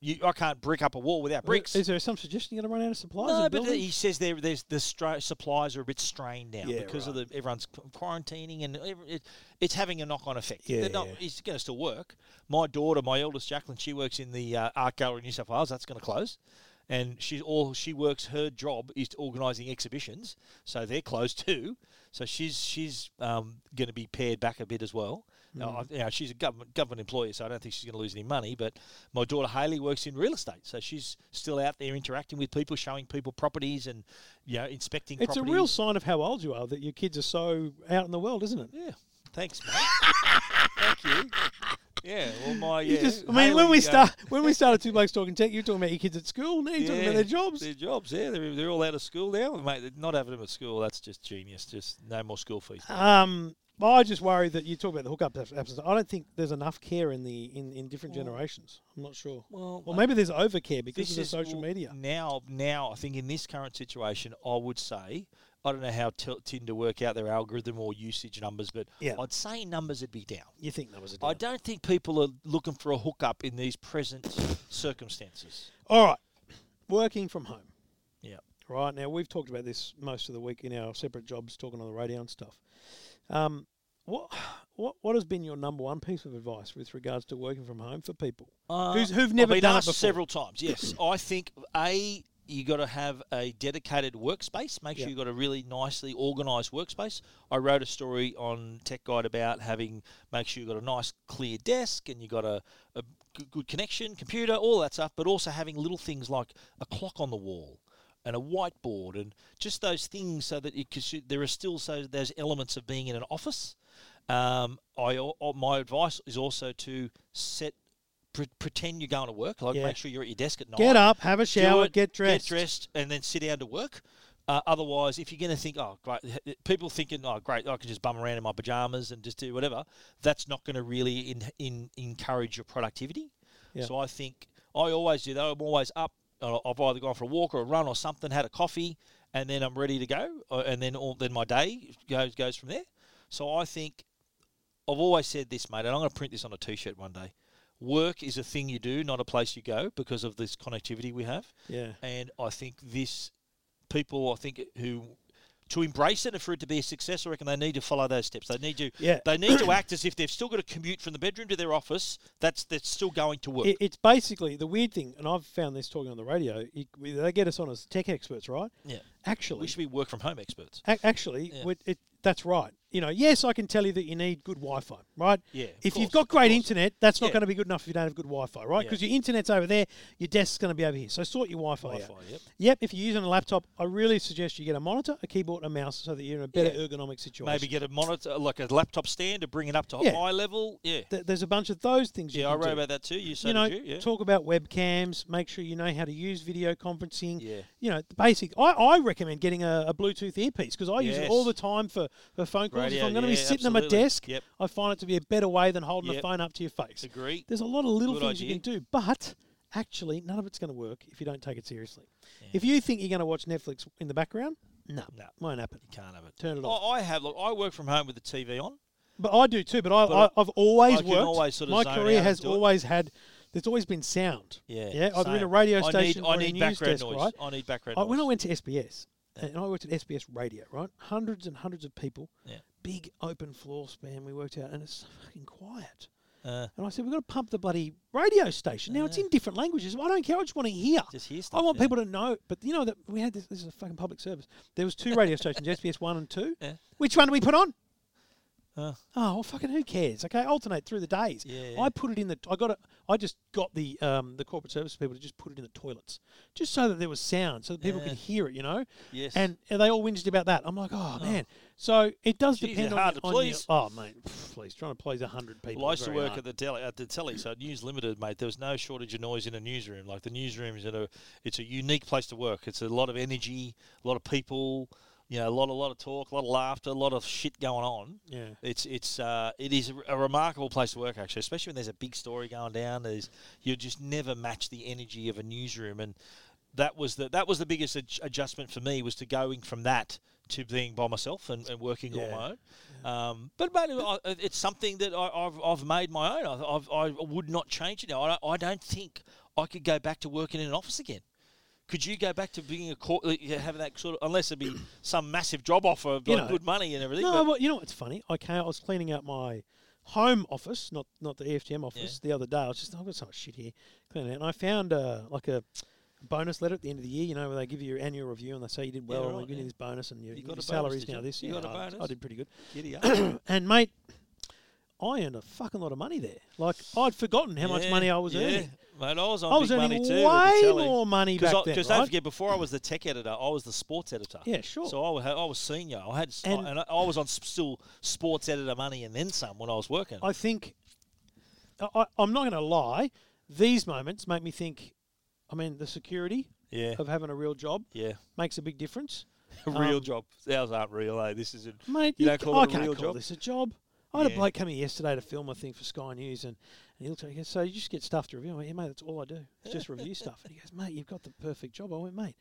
you I can't brick up a wall without bricks. Is there some suggestion you're going to run out of supplies? no, in but buildings? he says there there's the stra- supplies are a bit strained now Yeah, because of the everyone's qu- quarantining and every- it, it's having a knock on effect. Yeah, They're not, yeah. It's going to still work. My daughter, my eldest Jacqueline, she works in the uh, art gallery in New South Wales. That's going to close. And she's all she works. Her job is organising exhibitions, so they're closed too. So she's she's um, going to be pared back a bit as well. Now, Mm. I, you know, she's a government government employee, so I don't think she's going to lose any money. But my daughter Haley works in real estate, so she's still out there interacting with people, showing people properties, and you know, inspecting. It's a properties. real sign of how old you are that your kids are so out in the world, isn't it? Yeah. Thanks, *laughs* mate. Thank you. Yeah. Well, my. You Yeah, just, I mean, when Hayley, we uh, start when we started two blokes talking tech, you were talking about your kids at school. Now you're talking about yeah, their jobs. Their jobs. Yeah, they're, they're all out of school now, mate. they're Not having them at school. That's just genius. Just no more school fees. Um, well, I just worry that you talk about the hookup apps. apps. I don't think there's enough care in the in, in different generations. I'm not sure. well, or I- maybe there's overcare because of the is- social well, mm. media. Now, now I think in this current situation, I would say I don't know how t- Tinder work out their algorithm or usage numbers, but Yeah. I'd say numbers would be down. You think that was a I doubt. don't think people are looking for a hookup in these present circumstances. All right, working from home. Yeah. Right now, we've talked about this most of the week in our separate jobs, talking on the radio and stuff. Um, what what what has been your number one piece of advice with regards to working from home for people Uh, who's, who've I've never been done asked it before? several times. Yes, *clears throat* I think a you got to have a dedicated workspace. Make sure Yeah. you have got a really nicely organised workspace. I wrote a story on Tech Guide about having make sure you have got a nice clear desk and you got a, a g- good connection, computer, all that stuff. But also having little things like a clock on the wall and a whiteboard and just those things so that you, cause you- there are still so there's elements of being in an office. Um, I al- al- my advice is also to set pre- pretend you're going to work. Like Yeah. make sure you're at your desk at night. Get up, have a do shower, it, get dressed. Get dressed, and then sit down to work. Uh, otherwise, if you're going to think, oh great, people thinking, oh great, I can just bum around in my pajamas and just do whatever. That's not going to really in, in, encourage your productivity. Yeah. So I think I always do that. I'm always up. uh, I've either gone for a walk or a run or something, had a coffee, and then I'm ready to go. Uh, And then all, then my day goes goes from there. So I think I've always said this, mate, and I'm going to print this on a T-shirt one day. Work is a thing you do, not a place you go, because of this connectivity we have. Yeah. And I think this people, I think who to embrace it and for it to be a success, I reckon they need to follow those steps. They need to, Yeah. they need to act as if they've still got to commute from the bedroom to their office. That's that's still going to work. It, it's basically the weird thing, and I've found this talking on the radio. You, we- they get us on as tech experts, right? yeah, Actually, we should be work from home experts. ac- actually, Yeah. we- it, that's right. you know, yes, I can tell you that you need good Wi-Fi, right? Yeah, of If course, you've got of great course. internet, that's not Yeah. going to be good enough if you don't have good Wi-Fi, right? Yeah. Because your internet's over there, your desk's going to be over here. So sort your Wi-Fi. out. Wi-Fi, yep. Yep. If you're using a laptop, I really suggest you get a monitor, a keyboard, and a mouse, so that you're in a better ergonomic situation. Maybe get a monitor, like a laptop stand, to bring it up to Yeah. high level. Yeah, Th- there's a bunch of those things. yeah, you I can wrote do. about that too. You so you know, did you? Yeah. talk about webcams. Make sure you know how to use video conferencing. Yeah. You know, the basic. I, I recommend getting a, a Bluetooth earpiece because I use it all the Yes. time for, for phone calls. if Radio, I'm going to yeah, be sitting at my absolutely. desk, Yep. I find it to be a better way than holding the Yep. phone up to your face. Agree. There's a lot of little Good things you idea. can do, but actually, none of it's going to work if you don't take it seriously. If you think you're going to watch Netflix in the background, no, No. won't happen. Can't have it. Oh, Turn it I- off. I have. Look, I work from home with the TV on. But I do too. But I, But I, I've always I can worked. always sort of My zone career out has and do it. always had. There's always been sound. Yeah, Yeah. Either in a same. radio I need- station I or in need a news background desk, noise. right? I need background I- When I noise. went to SBS, and I worked at SBS Radio, right? Hundreds and hundreds of people. Yeah. Big open floor span. We worked out, and it's so fucking quiet. Uh, And I said, we've got to pump the bloody radio station. Now it's in different languages. I don't care. I just want to hear. Just hear I stuff, want yeah. people to know. But you know that we had this. This is a fucking public service. There was two radio stations, *laughs* SBS one and two. Yeah. Which one do we put on? Uh. Oh well, fucking who cares? Okay, alternate through the days. Yeah. I put it in the. I got it. I just got the um, the corporate service people to just put it in the toilets, just so that there was sound, so that people could hear it. You know. Yes. And and they all whinged about that. I'm like, oh, man. So it does Geez, depend they're on, hard to on your- please. Oh mate, please trying to please hundred people. Well, I is used to very work hard. at the telly, at the telly, so News Limited, mate. There was no shortage of noise in a newsroom. Like the newsroom is at a, it's a unique place to work. It's a lot of energy, a lot of people, you know, a lot, a lot of talk, a lot of laughter, a lot of shit going on. Yeah. It's it's uh, it is a remarkable place to work actually, especially when there's a big story going down. There's you just never match the energy of a newsroom, and that was the that was the biggest adj- adjustment for me was to going from that to being by myself and, and working on my own. Um, but mate, I, it's something that I, I've I've made my own. I, I've, I would not change it now. I don't, I don't think I could go back to working in an office again. Could you go back to being a court, having that sort of, unless it be some massive job offer, like You know. good money and everything? No, but- well, you know what's funny? I came, I was cleaning out my home office, not not the E EFTM office, the other day. I was just, "Oh, I've got so much shit here cleaning out, and I found uh, like a bonus letter at the end of the year. You know, where they give you your annual review and they say you did well, and right, we're giving you yeah. this bonus, and your, You your got a bonus, salary's did you? now this. You yeah, got a I- I bonus? did pretty good. *coughs* Giddy up. and mate, I earned a fucking lot of money there. Like I'd forgotten how much Yeah, money I was yeah. earning. Mate, I was on I was big earning money too. way more money back then, Because right? don't forget, before I was the tech editor, I was the sports editor. Yeah, sure. So I was, I was senior. I had s- And- and I, I was on s- still sports editor money and then some when I was working. I think I, I, I'm not going to lie. These moments make me think. I mean, the security yeah, of having a real job yeah. makes a big difference. real Uh, *laughs* Um, job. Ours aren't real. Eh? This isn't. Mate, you you don't c- call I it a can't real call job. this a job. I had a Yeah. bloke come here yesterday to film a thing for Sky News, and, and he looked at me and goes, So you just get stuff to review? I went, Yeah, mate, that's all I do. It's just *laughs* review stuff. And he goes, Mate, you've got the perfect job. I went, Mate,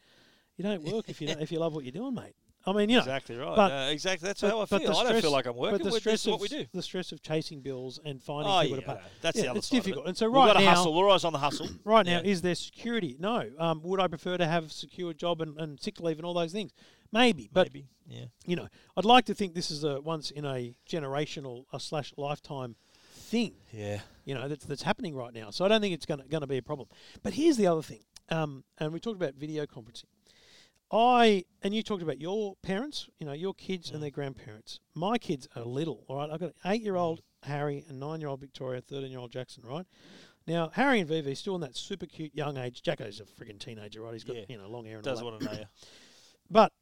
you don't work if you don't, if you love what you're doing, mate. I mean, you know. Exactly right. but- No, exactly. That's but- how I but feel. the I don't feel stress- like I'm working. But the We're- stress this is of what we do. the stress of chasing bills and finding Oh, people yeah, to pay. no, that's yeah, the other It's side of it. difficult. And so We've right got to now, hustle. We're always on the hustle. right now Yeah. is there security no um, would i prefer to have secure job and, and sick leave and all those things maybe but Maybe. Yeah. you know i'd like to think this is a once in a generational a slash lifetime thing Yeah. you know that's that's happening right now so i don't think it's going to be a problem but here's the other thing um, and we talked about video conferencing i and you talked about your parents you know your kids Mm. and their grandparents my kids are little all right i've got an eight year old harry and nine year old victoria 13 year old jackson right now harry and vivi still in that super cute young age jacko's a friggin' teenager right he's got Yeah. you know long hair and all Does that. want to know you. *laughs* but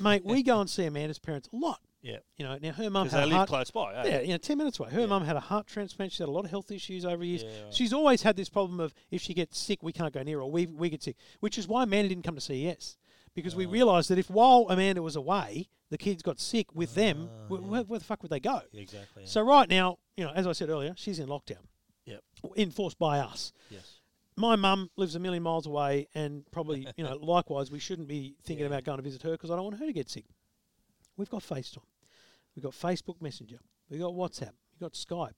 mate we go and see amanda's parents a lot Yeah. you know now her mum Because had they a live heart, close by. eh? yeah, you know, 10 minutes away. Her mum had a heart transplant. She's had a lot of health issues over years. Yeah, right. She's always had this problem of if she gets sick, we can't go near her, or we, we get sick, which is why Amanda didn't come to CES. Because Oh. we realised that if while Amanda was away, the kids got sick with them, wh- where, where the fuck would they go? Ah, Exactly. So right now, you know, as I said earlier, she's in lockdown, Yep. enforced by us. Yes. My mum lives a million miles away, and *laughs* probably, you know, likewise, we shouldn't be thinking about going to visit her because I don't want her to get sick. We've got FaceTime. We've got Facebook Messenger. We've got WhatsApp. We've got Skype.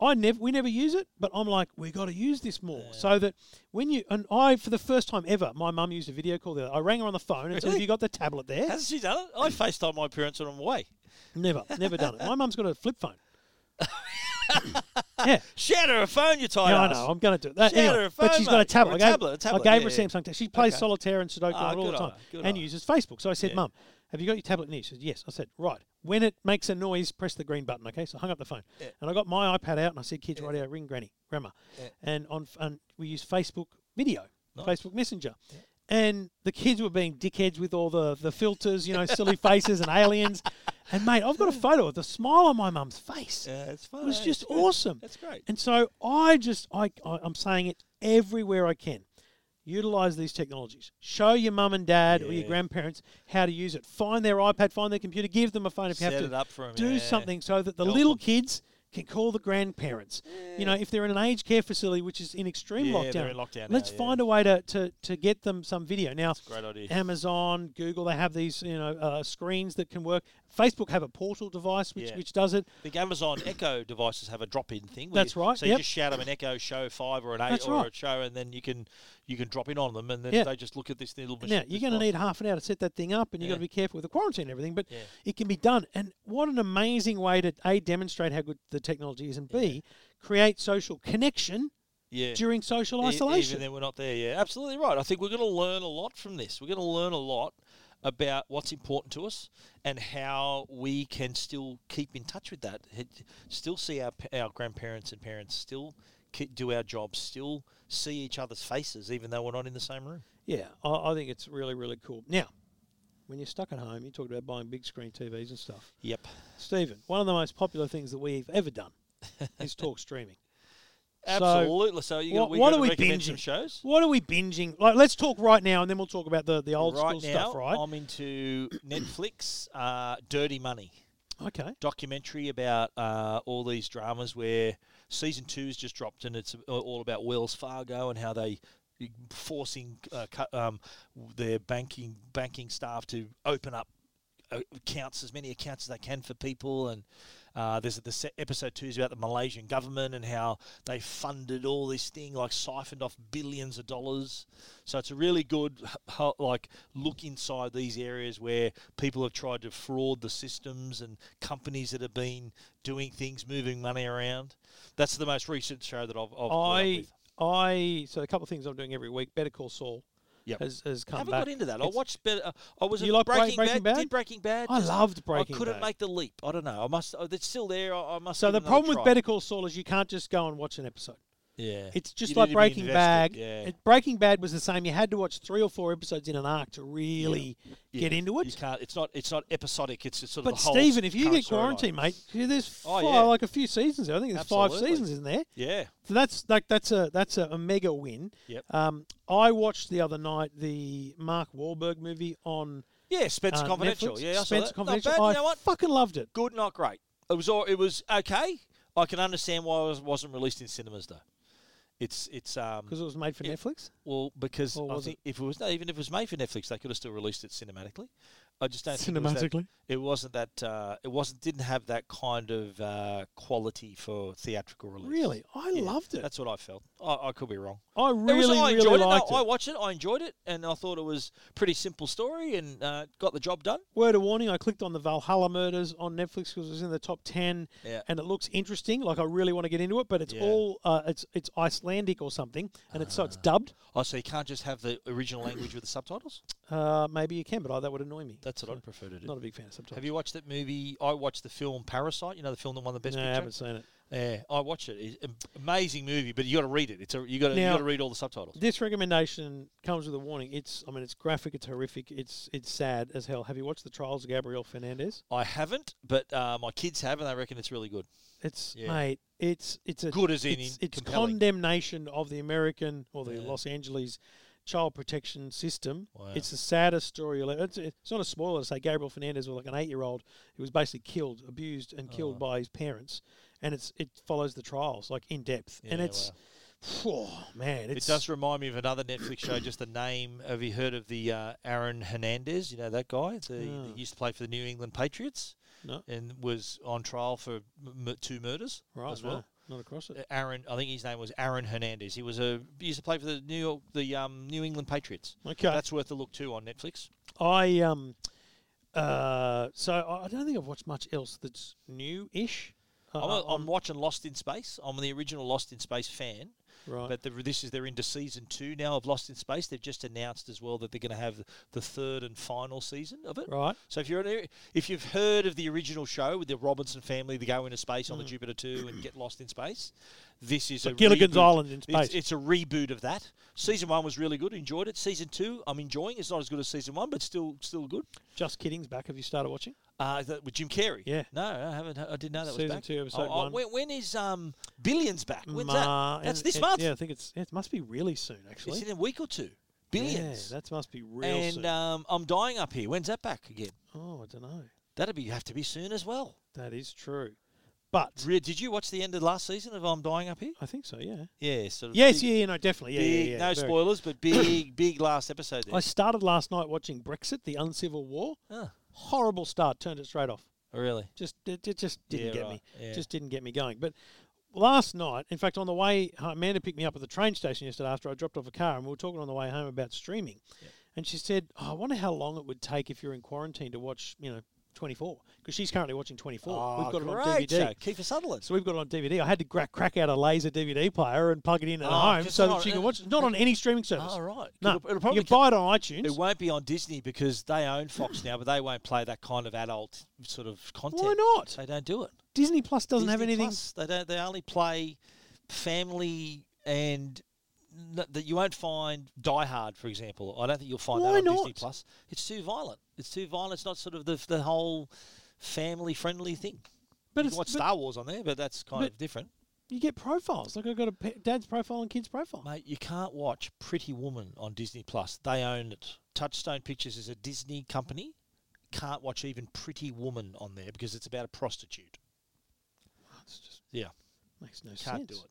I never, we never use it, but I'm like, we got to use this more, so that when you and I, for the first time ever, my mum used a video call. The other, I rang her on the phone and said, "Have Really? you got the tablet there?" Hasn't she done it? I FaceTime my parents when I'm away. never, never done it. My mum's got a flip phone. *laughs* yeah, Shout her a phone, you tired yeah, I ass. know. I'm going to do that. Shout Anyway, her a but phone, she's got a mate, tablet. or a I gave, tablet, a tablet, I gave yeah, her yeah. Samsung. tablet. She plays Okay. solitaire and Sudoku Ah, all good the on time her, good and on her. uses Facebook. So I said, Mum, Have you got your tablet near? you?" She said, Yes. I said, Right. When it makes a noise, press the green button, okay? So I hung up the phone. And I got my iPad out and I said, Kids, right out, ring granny, grandma. And on f- and we use Facebook video, Facebook Messenger. And the kids were being dickheads with all the, the filters, you know, silly faces and *laughs* aliens. And mate, I've got a photo of the smile on my mum's face. Yeah, it's fun. It was eh? just It's good. awesome. That's great. And so I just I, I I'm saying it everywhere I can. Utilize these technologies. Show your mum and dad or your grandparents how to use it. Find their iPad, find their computer, give them a phone if you Set have to. it up for 'em, Do yeah. something so that the Help little 'em. kids can call the grandparents. You know, if they're in an aged care facility, which is in extreme Yeah, lockdown, they're in lockdown now, let's yeah. find a way to, to, to get them some video. Now, great idea. Amazon, Google, they have these you know uh, screens that can work. Facebook have a portal device which, Yeah. which does it. The Amazon Echo devices have a drop-in thing. where That's you- right, So you yep. just shout them an Echo Show Five or an Eight That's or right. a show, and then you can you can drop in on them, and then Yeah. they just look at this little machine. Now you're this going to need nice- half an hour to set that thing up, and you've got Yeah. to be careful with the quarantine and everything. But Yeah. it can be done, and what an amazing way to a demonstrate how good the technology is, and b create social connection yeah. during social E- isolation. Even then, we're not there. Yeah, absolutely right. I think we're going to learn a lot from this. We're going to learn a lot about what's important to us and how we can still keep in touch with that. H- Still see our p- our grandparents and parents. Still ke- do our jobs. Still see each other's faces, even though we're not in the same room. yeah, I, I think it's really really cool. Now, when you're stuck at home, you talked about buying big screen TVs and stuff. Yep. Stephen, one of the most popular things that we've ever *laughs* done is talk streaming. Absolutely. So, you got Wh- we what got are to we recommend some binging? shows. What are we binging? Like, let's talk right now, and then we'll talk about the, the old right school now, stuff. Right? I'm into Netflix, uh, Dirty Money. okay. documentary about uh, all these dramas where season two's just dropped and it's all about Wells Fargo and how they forcing uh, cu- um, their banking banking staff to open up uh, accounts as many accounts as they can for people and uh, there's the se- episode two is about the Malaysian government and how they funded all this thing like siphoned off billions of dollars so it's a really good h- ho- like look inside these areas where people have tried to fraud the systems and companies that have been doing things moving money around that's the most recent show that I've, I've caught up I with. I so a couple of things I'm doing every week. Better Call Saul Yep. has, has I come haven't back. got into that. It's- I watched better. Uh, I was You in like Bre- Breaking, Breaking Bad. Bad? Did Breaking Bad? I just- loved Breaking I couldn't Bad. make the leap. I don't know. I must. oh, It's still there. I, I must. so give the it another problem with try. Better Call Saul is you can't just go and watch an episode. Yeah. It's just You like need to be Breaking invested, Bad. Yeah. It- Breaking Bad was the same. You had to watch three or four episodes in an arc to really get into You it. can't. It's not. It's not episodic. It's, it's sort of. But the whole Stephen, if you current get quarantine, mate, there's Oh, oh, yeah. like a few seasons. There. I think there's five Absolutely. seasons in there. storyline. yeah, So that's like that's a that's a, a mega win. Yep. Um, I watched the other night the Mark Wahlberg movie on yeah, Spencer uh, Confidential. Netflix, Yeah, I saw Spencer that. Confidential. Not bad. I you know what? fucking loved it. Good, not great. It was. all. It was okay. I can understand why it was- wasn't released in cinemas though. It's it's um Because it was made for Netflix. Well, because Or I was think if it was no, even if it was made for Netflix, they could have still released it cinematically. I just don't think it was that- Cinematically? it wasn't that. Uh, it wasn't didn't have that kind of uh, quality for theatrical release. Really, I Yeah, loved it. That's what I felt. I, I could be wrong. I It was- really, I really enjoyed liked it. No, I it. watched it. I enjoyed it, and I thought it was pretty simple story and uh, got the job done. Word of warning: I clicked on the Valhalla murders on Netflix because it was in the top ten, Yeah. and it looks interesting. Like I really want to get into it, but it's Yeah. all uh, it's it's Icelandic or something, and it's so it's dubbed. Oh, so you can't just have the original language with the subtitles? Uh, maybe you can, but I, that would annoy me. That's what I'd prefer to do. Not a big fan of subtitles. have you watched that movie? I watched the film Parasite. You know the film that won the best No, I picture. haven't seen it. Yeah, I watch it. It's an amazing movie, but you got to read it. It's a you got to you Now- got to read all the subtitles. This recommendation comes with a warning. It's I mean it's graphic, it's horrific, it's it's sad as hell. Have you watched the trials of Gabriel Fernandez? I haven't, but uh, my kids have, and they reckon it's really good. It's Yeah. mate, it's it's a Good as in it's, it's compelling. condemnation of the American or the Yeah. Los Angeles child protection system. Wow. It's the saddest story. you'll ever- It's, it's not a spoiler to say Gabriel Fernandez was like an eight-year-old who was basically killed, abused, and killed Oh. by his parents. And it's it follows the trials like in depth, and Yeah, it's oh man, It it's does remind me of another Netflix show. Just the name. Have you heard of the uh, Aaron Hernandez? You know that guy. The, No. He used to play for the New England Patriots No. and was on trial for m- m- two murders right as well. no, not across it. Uh, Aaron, I think his name was Aaron Hernandez. He was a he used to play for the New York, the um, New England Patriots. Okay, That's worth a look too on Netflix. I um, uh, so I I don't think I've watched much else that's new-ish. Uh, I'm, a, uh, I'm watching Lost in Space. I'm the original Lost in Space fan, Right. But the, this is they're into season two now of Lost in Space. They've just announced as well that they're going to have the third and final season of it. Right. So if you're an, if you've heard of the original show with the Robinson family, they go into space Hmm. on the Jupiter two and get lost in space. This is a Gilligan's reboot. Island in It's- space. it's a reboot of that. Season one was really good. Enjoyed it. Season two, I'm enjoying. It's not as good as season one, but still still good. Just kidding's back. Have you started watching? Uh, is that with Jim Carrey. Yeah. No, I haven't. I didn't know that was Season back. two, episode Oh, oh, one. when, when is um Billions back? When's Ma- that? That's and this it- month. Yeah, I think it's it must be really soon actually. It's in a week or two. Billions. Yeah, that must be real and soon. um, I'm dying up here. When's that back again? oh, I don't know. That'll be have to be soon as well. That is true. But Re- Did you watch the end of last season of I'm Dying Up Here? I think so, yeah. Yeah. Sort of Yes, big- yeah, yeah, no, definitely. Yeah, yeah, Mm. big- yeah. no very. spoilers, but *coughs* big, big last episode. There. I started last night watching Brexit, the uncivil war. Ah, Horrible start, turned it straight off. really? Just it, it just didn't Yeah, get right, me. yeah. Just didn't get me going. But last night, in fact, on the way, ho- Amanda picked me up at the train station yesterday after I dropped off a car, and we were talking on the way home about streaming. And she said, oh, "I wonder how long it would take if you're in quarantine to watch, you know, 24, because she's currently watching 24. We've got it on DVD." Oh, great show. Kiefer Sutherland. So we've got it on DVD. I had to gra- crack out a laser DVD player and plug it in at Oh, home just so not- that she can watch. it. Not on any streaming service. Oh, right. No, It'll- it'll probably you can buy it on iTunes. It won't be on Disney because they own Fox now, but they won't play that kind of adult sort of content. Why not? They don't do it. Disney Plus doesn't have Disney anything. Plus, they don't. They only play family and n- that you won't find Die Hard, for example. I don't think you'll find Why that on Disney not? Plus. It's too violent. It's too violent. It's not sort of the the whole family friendly thing. But you it's- can watch but- Star Wars on there, but that's kind but- of different. You get profiles. Like I've got a pe- dad's profile and kid's profile. Mate, you can't watch Pretty Woman on Disney Plus. They own it. Touchstone Pictures is a Disney company. Can't watch even Pretty Woman on there because it's about a prostitute. It's just Yeah, makes no can't sense.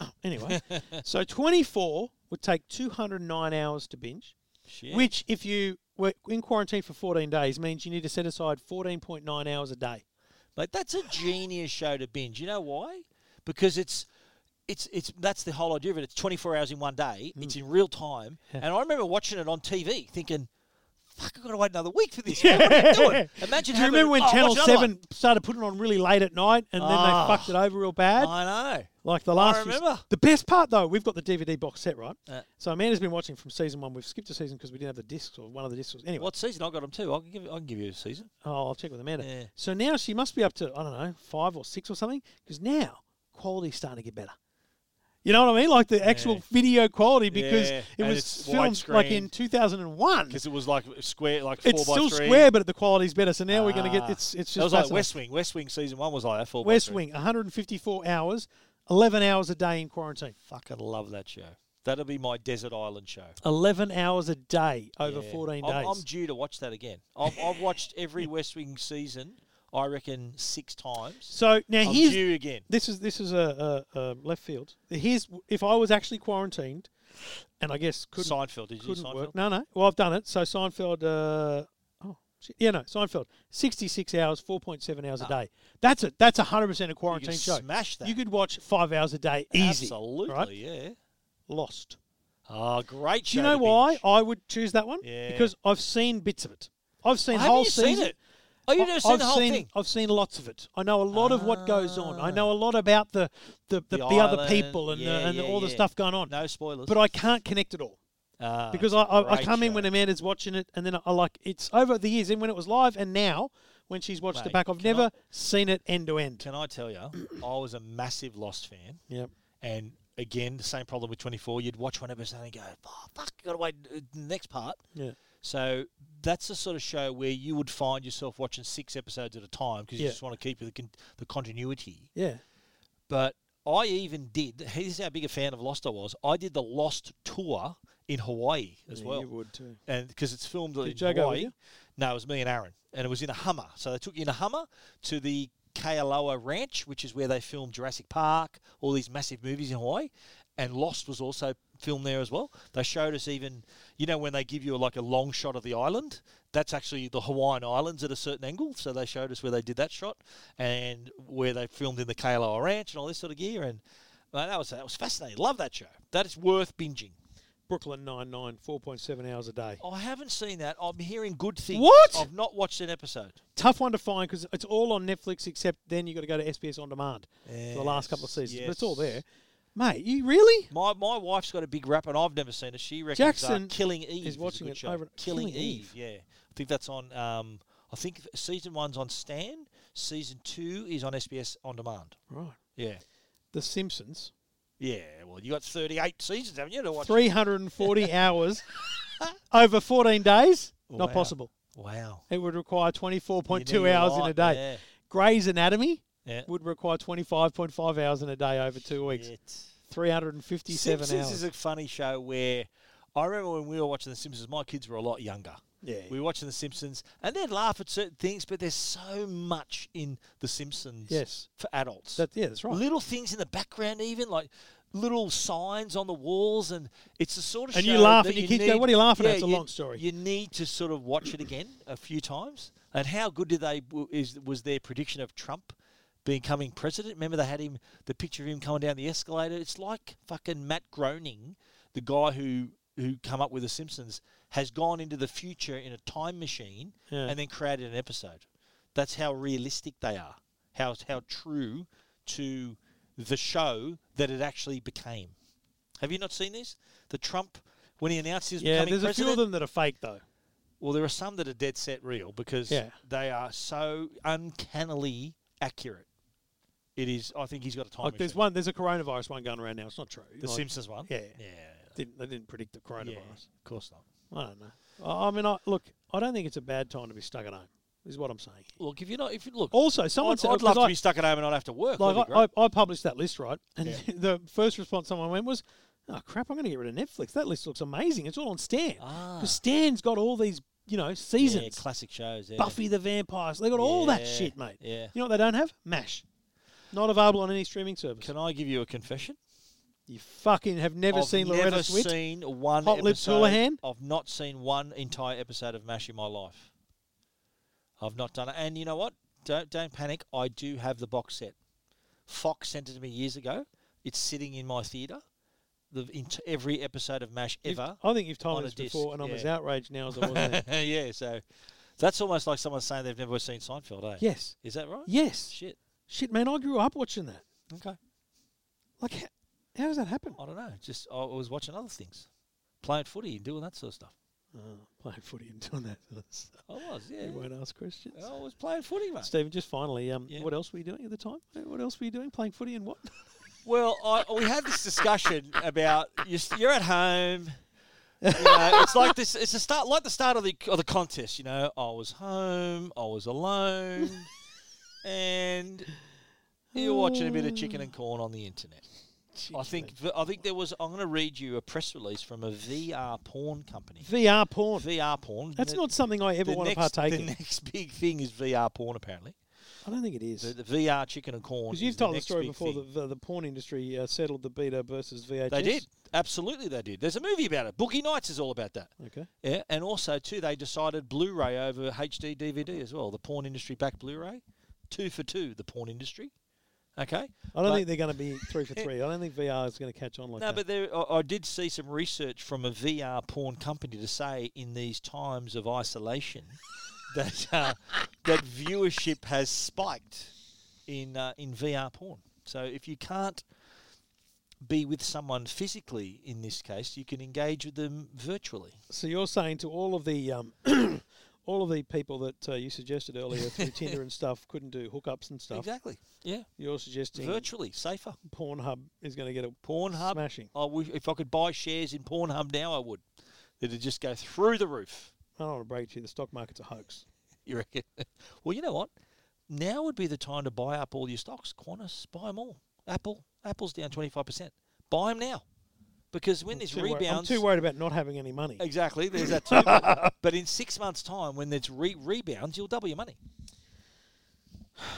Oh, do it. *laughs* Anyway, so 24 would take 209 hours to binge, Shit. which if you were in quarantine for 14 days means you need to set aside 14.9 hours a day. Like that's a genius show to binge. You know why? Because it's it's it's that's the whole idea of it. It's 24 hours in one day. Hmm. It's in real time. And I remember watching it on TV, thinking, "Fuck, I've got to wait another week *laughs* for this." What am I doing? Imagine. Do you having- remember when oh, watch Channel another 7 started putting it on really late at night and then Ah. they fucked it over real bad? one. I know. Like the last. few- remember. the best part though, we've got the DVD box set, right? Yeah. so Amanda's been watching from season one. We've skipped a season because we didn't have the discs or one of the discs. Was, anyway, What season? I got them too. I can give I can give you a season. oh, I'll check with Amanda. Yeah. So now she must be up to I don't know five or six or something because now quality's starting to get better. You know what I mean? Like the actual video quality because Yeah, it and was it's filmed like in widescreen. 2001. it was like square, like It's still square, but the quality's better. So now we're going to Ah. get it's it's just That was like fascinating. West Wing. West Wing season one was like that. Four by West three. Wing, 154 hours, 11 hours a day in quarantine. Fucking love that show. That'll be my desert island show. 11 hours a day over Yeah. 14 days. I'm, I'm due to watch that again. I've, I've watched *laughs* every West Wing season, I reckon, six times. So now I'm here's due again. this is this is a, a, a left field. Here's if I was actually quarantined, and I guess couldn't Seinfeld, did you do couldn't Seinfeld? work. No, no. Well, I've done it. So Seinfeld. Uh, oh, shit. yeah, no. Seinfeld. Sixty-six hours, four point seven hours a day. That's it. That's hundred percent a quarantine show. Ah. smash that. You could watch five hours a day easy. Absolutely, Right? yeah. Lost. Oh, great Do show. you know to why binge. I would choose that one? Yeah. Because I've seen bits of it. I've seen Haven't whole you season. seen it? Oh, you've I- never seen I've the whole seen, thing? Ah. I've seen lots of it. I know a lot of what goes on. I know a lot about the the, the, the other island, people and, yeah, the, and yeah, all the yeah. stuff going on. No spoilers. But I can't connect it all Ah, because I, I, I great come in show. when Amanda's watching it, and then I, I like it's over the years. And when it was live, and now when she's watched it Mate, back, I've can I- never seen it end to end. Can I tell you, I was a massive Lost fan. Yep. And again, the same problem with 24. You'd watch one episode and go, oh, fuck, got to wait uh, the next part. Yeah. So that's the sort of show where you would find yourself watching six episodes at a time because you Yeah. just want to keep the, con- the continuity. Yeah. But I even did, *laughs* here's how big a fan of Lost I was, I did the Lost tour in Hawaii as well would too. and because it's filmed in Joe go with Hawaii. you? No, it was me and Aaron, and it was in a Hummer. So they took you in a Hummer to the Kealoa Ranch, which is where they filmed Jurassic Park, all these massive movies in Hawaii, and Lost was also filmed there as well. They showed us even, you know, when they give you like a long shot of the island, that's actually the Hawaiian Islands at a certain angle. So they showed us where they did that shot and where they filmed in the Kealoa Ranch and all this sort of gear. And man, that was that was fascinating. Love that show. That is worth binging. Brooklyn Nine Nine, four point seven hours a day. I haven't seen that. I'm hearing good things. What? I've not watched an episode. Tough one to find because it's all on Netflix. Except then you got to go to SBS on demand for the last couple of seasons, but it's all yes. there. Mate, you really? My my wife's got a big rap, and I've never seen it. She reckons Jackson uh, Killing Eve is a watching good it show. over- Killing, Killing Eve. Eve. yeah. I think that's on. Um, I think season one's on Stan. Season two is on SBS on demand. Right. Yeah, The Simpsons. yeah. Well, you got thirty eight seasons, haven't you? To watch. *laughs* 340 hours over 14 days? Not Wow. possible. Wow. It would require 24.2 You need a hours in lot, a day. Grey's Anatomy Yeah. yeah. would require 25.5 hours in a day over two weeks. It's- 357 Simpsons hours. is a funny show where I remember when we were watching The Simpsons, my kids were a lot younger. yeah. We were watching The Simpsons, and they'd laugh at certain things, but there's so much in The Simpsons Yes. for adults. That, yeah, that's right. Little things in the background, even like little signs on the walls, and it's the sort of And show you laugh that and your kids go, "What are you laughing at? It's a you- long story." You need to sort of watch it again a few times. And how good did they w- is was their prediction of Trump becoming president? Remember they had him the picture of him coming down the escalator. It's like fucking Matt Groening, the guy who who come up with the Simpsons, has gone into the future in a time machine Yeah. and then created an episode. That's how realistic they are. How how true to the show that it actually became. Have you not seen this? The Trump when he announced he was yeah, becoming there's a president. few of them that are fake, though. Well, there are some that are dead set real because Yeah. they are so uncannily accurate. It is. I think he's got a time. Like, there's machine. one, there's a coronavirus one going around now. It's not true. The Like, Simpsons one. Yeah. Yeah. Didn't, they didn't predict the yeah. coronavirus. Of course not. I don't know. I I mean, I, look, I don't think it's a bad time to be stuck at home. Is what I'm saying. Look, if you're not, if you look, Also, someone I'd, said I'd love to like, be stuck at home and not have to work. That'd like be I, great. I, I published that list right, and Yeah. *laughs* the first response someone went was, "Oh crap, I'm going to get rid of Netflix. That list looks amazing. It's all on Stan Ah. because Stan's got all these, you know, seasons. yeah, classic shows. Yeah. Buffy the Vampire. They got all that Yeah, shit, mate. yeah. You know what they don't have? Mash. Not available on any streaming service. Can I give you a confession? You fucking have never I've seen never Loretta Switch. seen one Hot Lips episode. Houlihan? I've not seen one entire episode of Mash in my life. I've not done it, and you know what? Don't don't panic. I do have the box set. Fox sent it to me years ago. It's sitting in my theatre. The int- every episode of Mash You've- *laughs* ever. I think you've on told a me this before, disc, and I'm as yeah. outraged now *laughs* as I was then. yeah, so that's almost like someone saying they've never seen Seinfeld, eh? Yes. Is that right? Yes. Shit. Shit. man, I grew up watching that. Okay. Like, how, how does that happen? I don't know. Just I was watching other things, playing footy and doing that sort of stuff. Oh, playing footy and doing that. *laughs* sort of stuff. I was, yeah. You won't ask questions. I was playing footy, mate. Stephen, just finally, um, Yeah. what else were you doing at the time? Uh, What else were you doing? Playing footy and what? *laughs* Well, I, we had this discussion about you're, you're at home. *laughs* You know, it's like this. It's the start, like the start of the of the contest. You know, I was home. I *laughs* was alone, and you're watching a bit of chicken and corn on the internet. I think I think there was. I'm going to read you a press release from a VR porn company. VR porn. VR porn. That's The- not something I ever the want to next- partake The in. next big thing is VR porn. Apparently, I don't think it is. the, the VR chicken and corn. Because is you've told the next story big before thing. that the, the porn industry uh, settled the beta versus VHS. They did. Absolutely, they did. There's a movie about it. Boogie Nights is all about that. Okay. Yeah, and also too, they decided Blu-ray over HD DVD as well. The porn industry back Blu-ray, two for two. The porn industry. Okay. I don't But- think they're going to *laughs* be three for three. I don't think VR is going to catch on like No, that. but there, I, I did see some research from a VR porn company to say in these times of isolation *laughs* that uh, that viewership has spiked in uh, in VR porn. So if you can't be with someone physically in this case, you can engage with them virtually. so you're saying to all of the um, *coughs* all of the people that uh, you suggested earlier *laughs* through Tinder and stuff couldn't do hookups and stuff. Exactly. Yeah. You're suggesting Virtually safer. Pornhub is going to get a Pornhub. smashing. I wish if I could buy shares in Pornhub now, I would. It'd just go through the roof. I don't want to break to you. The stock market's a hoax. *laughs* You reckon? well, you know what? Now would be the time to buy up all your stocks. Qantas, buy them all. Apple, Apple's down twenty five percent. Buy them now, because when this Too wor- I'm rebounds, too worried about not having any money. exactly. There's *laughs* that too. but, but in six months' time, when there's re- rebounds, you'll double your money.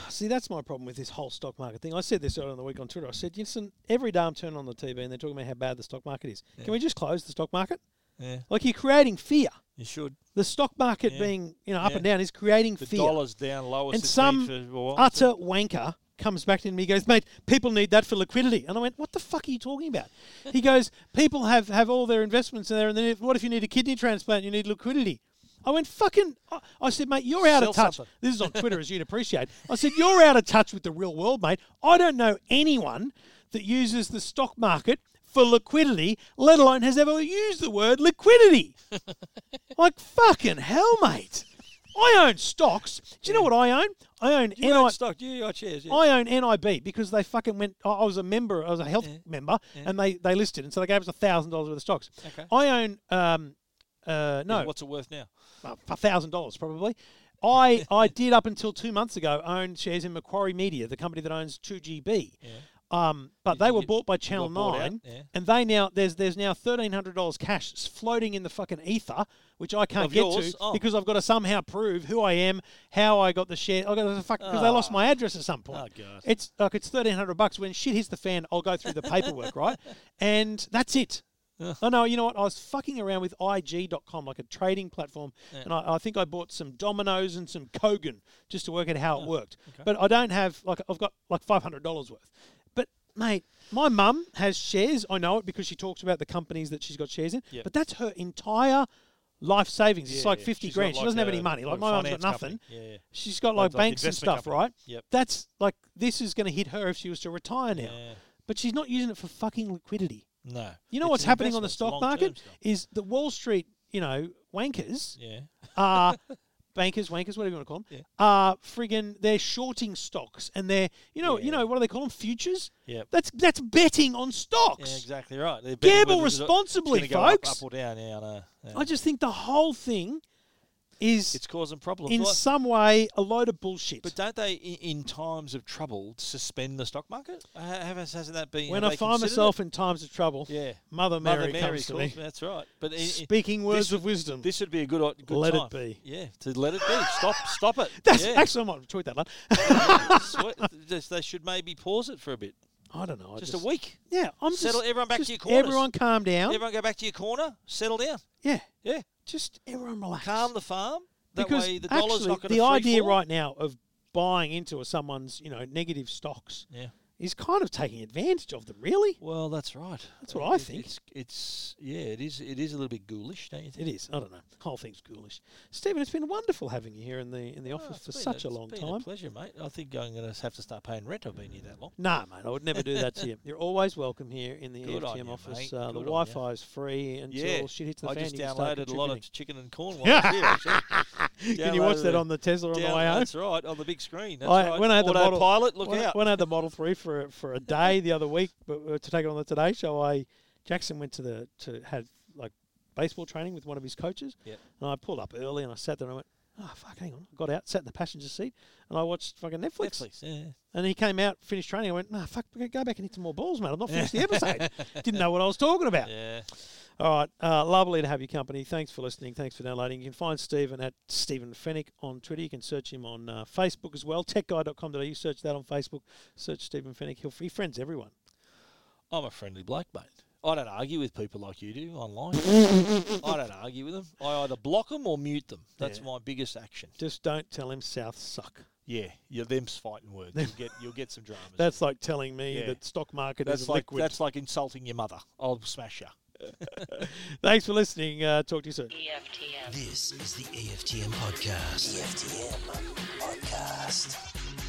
See, that's my problem with this whole stock market thing. I said this earlier in the week on Twitter. I said, listen, every day I'm turning on the TV and they're talking about how bad the stock market is. Can we just close the stock market? Yeah, Like you're creating fear. you should. The stock market Yeah. being you know up Yeah. and down is creating The fear. dollars down lowest. and it's some been for a while. utter wanker comes back to me and goes, mate, people need that for liquidity. And I went, what the fuck are you talking about? he goes, people have, have all their investments in there and then if, what if you need a kidney transplant and you need liquidity? I went, fucking, I- I said, mate, you're out of Sell touch. something. This is on Twitter, as you'd appreciate. I said, you're out of touch with the real world, mate. I don't know anyone that uses the stock market for liquidity, let alone has ever used the word liquidity. like fucking hell, mate. I own stocks. Do you know what I own? I own You NI own stock. You own shares. Yeah. I own NIB because they fucking went. I I was a member. I was a health member, and they they listed, and so they gave us a thousand dollars worth of stocks. Okay. I own um, uh, no, What's it worth now? a thousand dollars probably. *laughs* I I did up until two months ago own shares in Macquarie Media, the company that owns Two GB. Um, but they were bought by Channel bought out, Nine, yeah. and they now there's there's now thirteen hundred dollars cash s- floating in the fucking ether, which I can't Of get yours? to Oh. because I've got to somehow prove who I am, how I got the share. I got the fuck because they lost my address at some point. Ah. Oh, God. It's like it's thirteen hundred bucks. When shit hits the fan, I'll go through the paperwork, *laughs* right? And that's it. Oh no, you know what? I was fucking around with IG.com, like a trading platform, and I, I think I bought some Dominoes and some Kogan just to work out Ah, how it worked. But I don't have like I've got like five hundred dollars worth. But mate, my mum has shares. I know it because she talks about the companies that she's got shares in. But that's her entire life savings. it's Yeah, like yeah. fifty She's got grand. she like doesn't have any a- money. Like like my mum's got finance nothing. company. Yeah, yeah. She's got like Like banks and investment stuff, company. right? Yep. That's like this is going to hit her if she was to retire now. But she's not using it for fucking liquidity. No. You know It's what's an happening on the investment. stock It's long-term market stuff. is the Wall Street, you know, wankers Yeah. *laughs* are bankers, wankers, whatever you want to call them, are friggin' they're shorting stocks and they're you know you know what do they call them futures? Yep. That's that's betting on stocks. Yeah, exactly right. They're betting Gamble whether it's- it's responsibly, gonna go up- folks. Up, or down, yeah, I know. Yeah. I just think the whole thing is It's causing problems. in Well, some way a load of bullshit. but don't they, in, in times of trouble, suspend the stock market? Ha- have- Hasn't that been? when I have they find considered it? myself in times of trouble, Yeah. Mother Mary, Mother Mary, comes to me. *laughs* calls- That's right. But i- i- Speaking words this, of wisdom. This would be a good, o- good Let it time. be. Yeah, to let it be. Stop, stop it. *laughs* *laughs* that's yeah. actually I might tweet that. Lad. Sweet. Just- they should maybe pause it for a bit, *laughs* I don't know. I just, a week. Yeah, I'm Settle just, everyone back to just your corners. Everyone calm down. Everyone go back to your corner, settle down. yeah, Yeah, just everyone relax. calm the farm. That because way, the dollar's actually, not going to the idea right now of buying into someone's you know negative stocks Yeah. is kind of taking advantage of them. Really, Well, that's right. That's what I It- think. It's, it's yeah, it is. It is a little bit ghoulish, don't you think? it is. I don't know. The whole thing's ghoulish. Stephen, it's been wonderful having you here in the in the Oh, office it's for been such a it's long been time. pleasure, mate. I think I'm going to have to start paying rent. I've been here that long. *laughs* Nah, mate, I would never do that to you. You're always welcome here in the Good on EFTM you, office. mate. Uh, the Good on you. Wi-Fi is free until Yeah, shit hits the I fan. just you can start downloaded a lot contributing. of chicken *laughs* and corn. While I was here, actually. *laughs* Can you watch downloaded that a- on the Tesla on the Down- way home? That's right, on the big screen. That's I, right. when I had the model, Autopilot, look when, I- out. When I had the Model Three for for a day the other week, but uh, to take it on the Today Show, I Jackson went to the to had like baseball training with one of his coaches, Yep. and I pulled up early and I sat there and I went, oh fuck, hang on, got out, sat in the passenger seat, and I watched fucking Netflix. Netflix, yeah. And he came out, finished training. I went, nah, fuck, we gotta go back and hit some more balls, mate. I'm not finished the *laughs* episode. Didn't know what I was talking about. Yeah. All right, uh, lovely to have your company. Thanks for listening. Thanks for downloading. You can find Stephen at Stephen Fennick on Twitter. You can search him on uh, Facebook as well. Techguy.com.au. Search that on Facebook. Search Stephen Fennick. He'll, he friends everyone. I'm a friendly bloke, mate. I don't argue with people like you *laughs* do online. I don't argue with them. I either block them or mute them. That's my biggest action. Just don't tell him South suck. Yeah, yeah, them's fighting words. You'll get you'll *laughs* get some dramas. That's like telling me Yeah. that stock market that's is like liquid. that's like insulting your mother. I'll smash you. Thanks for listening. Uh, talk to you soon. EFTM. This is the EFTM podcast. EFTM podcast.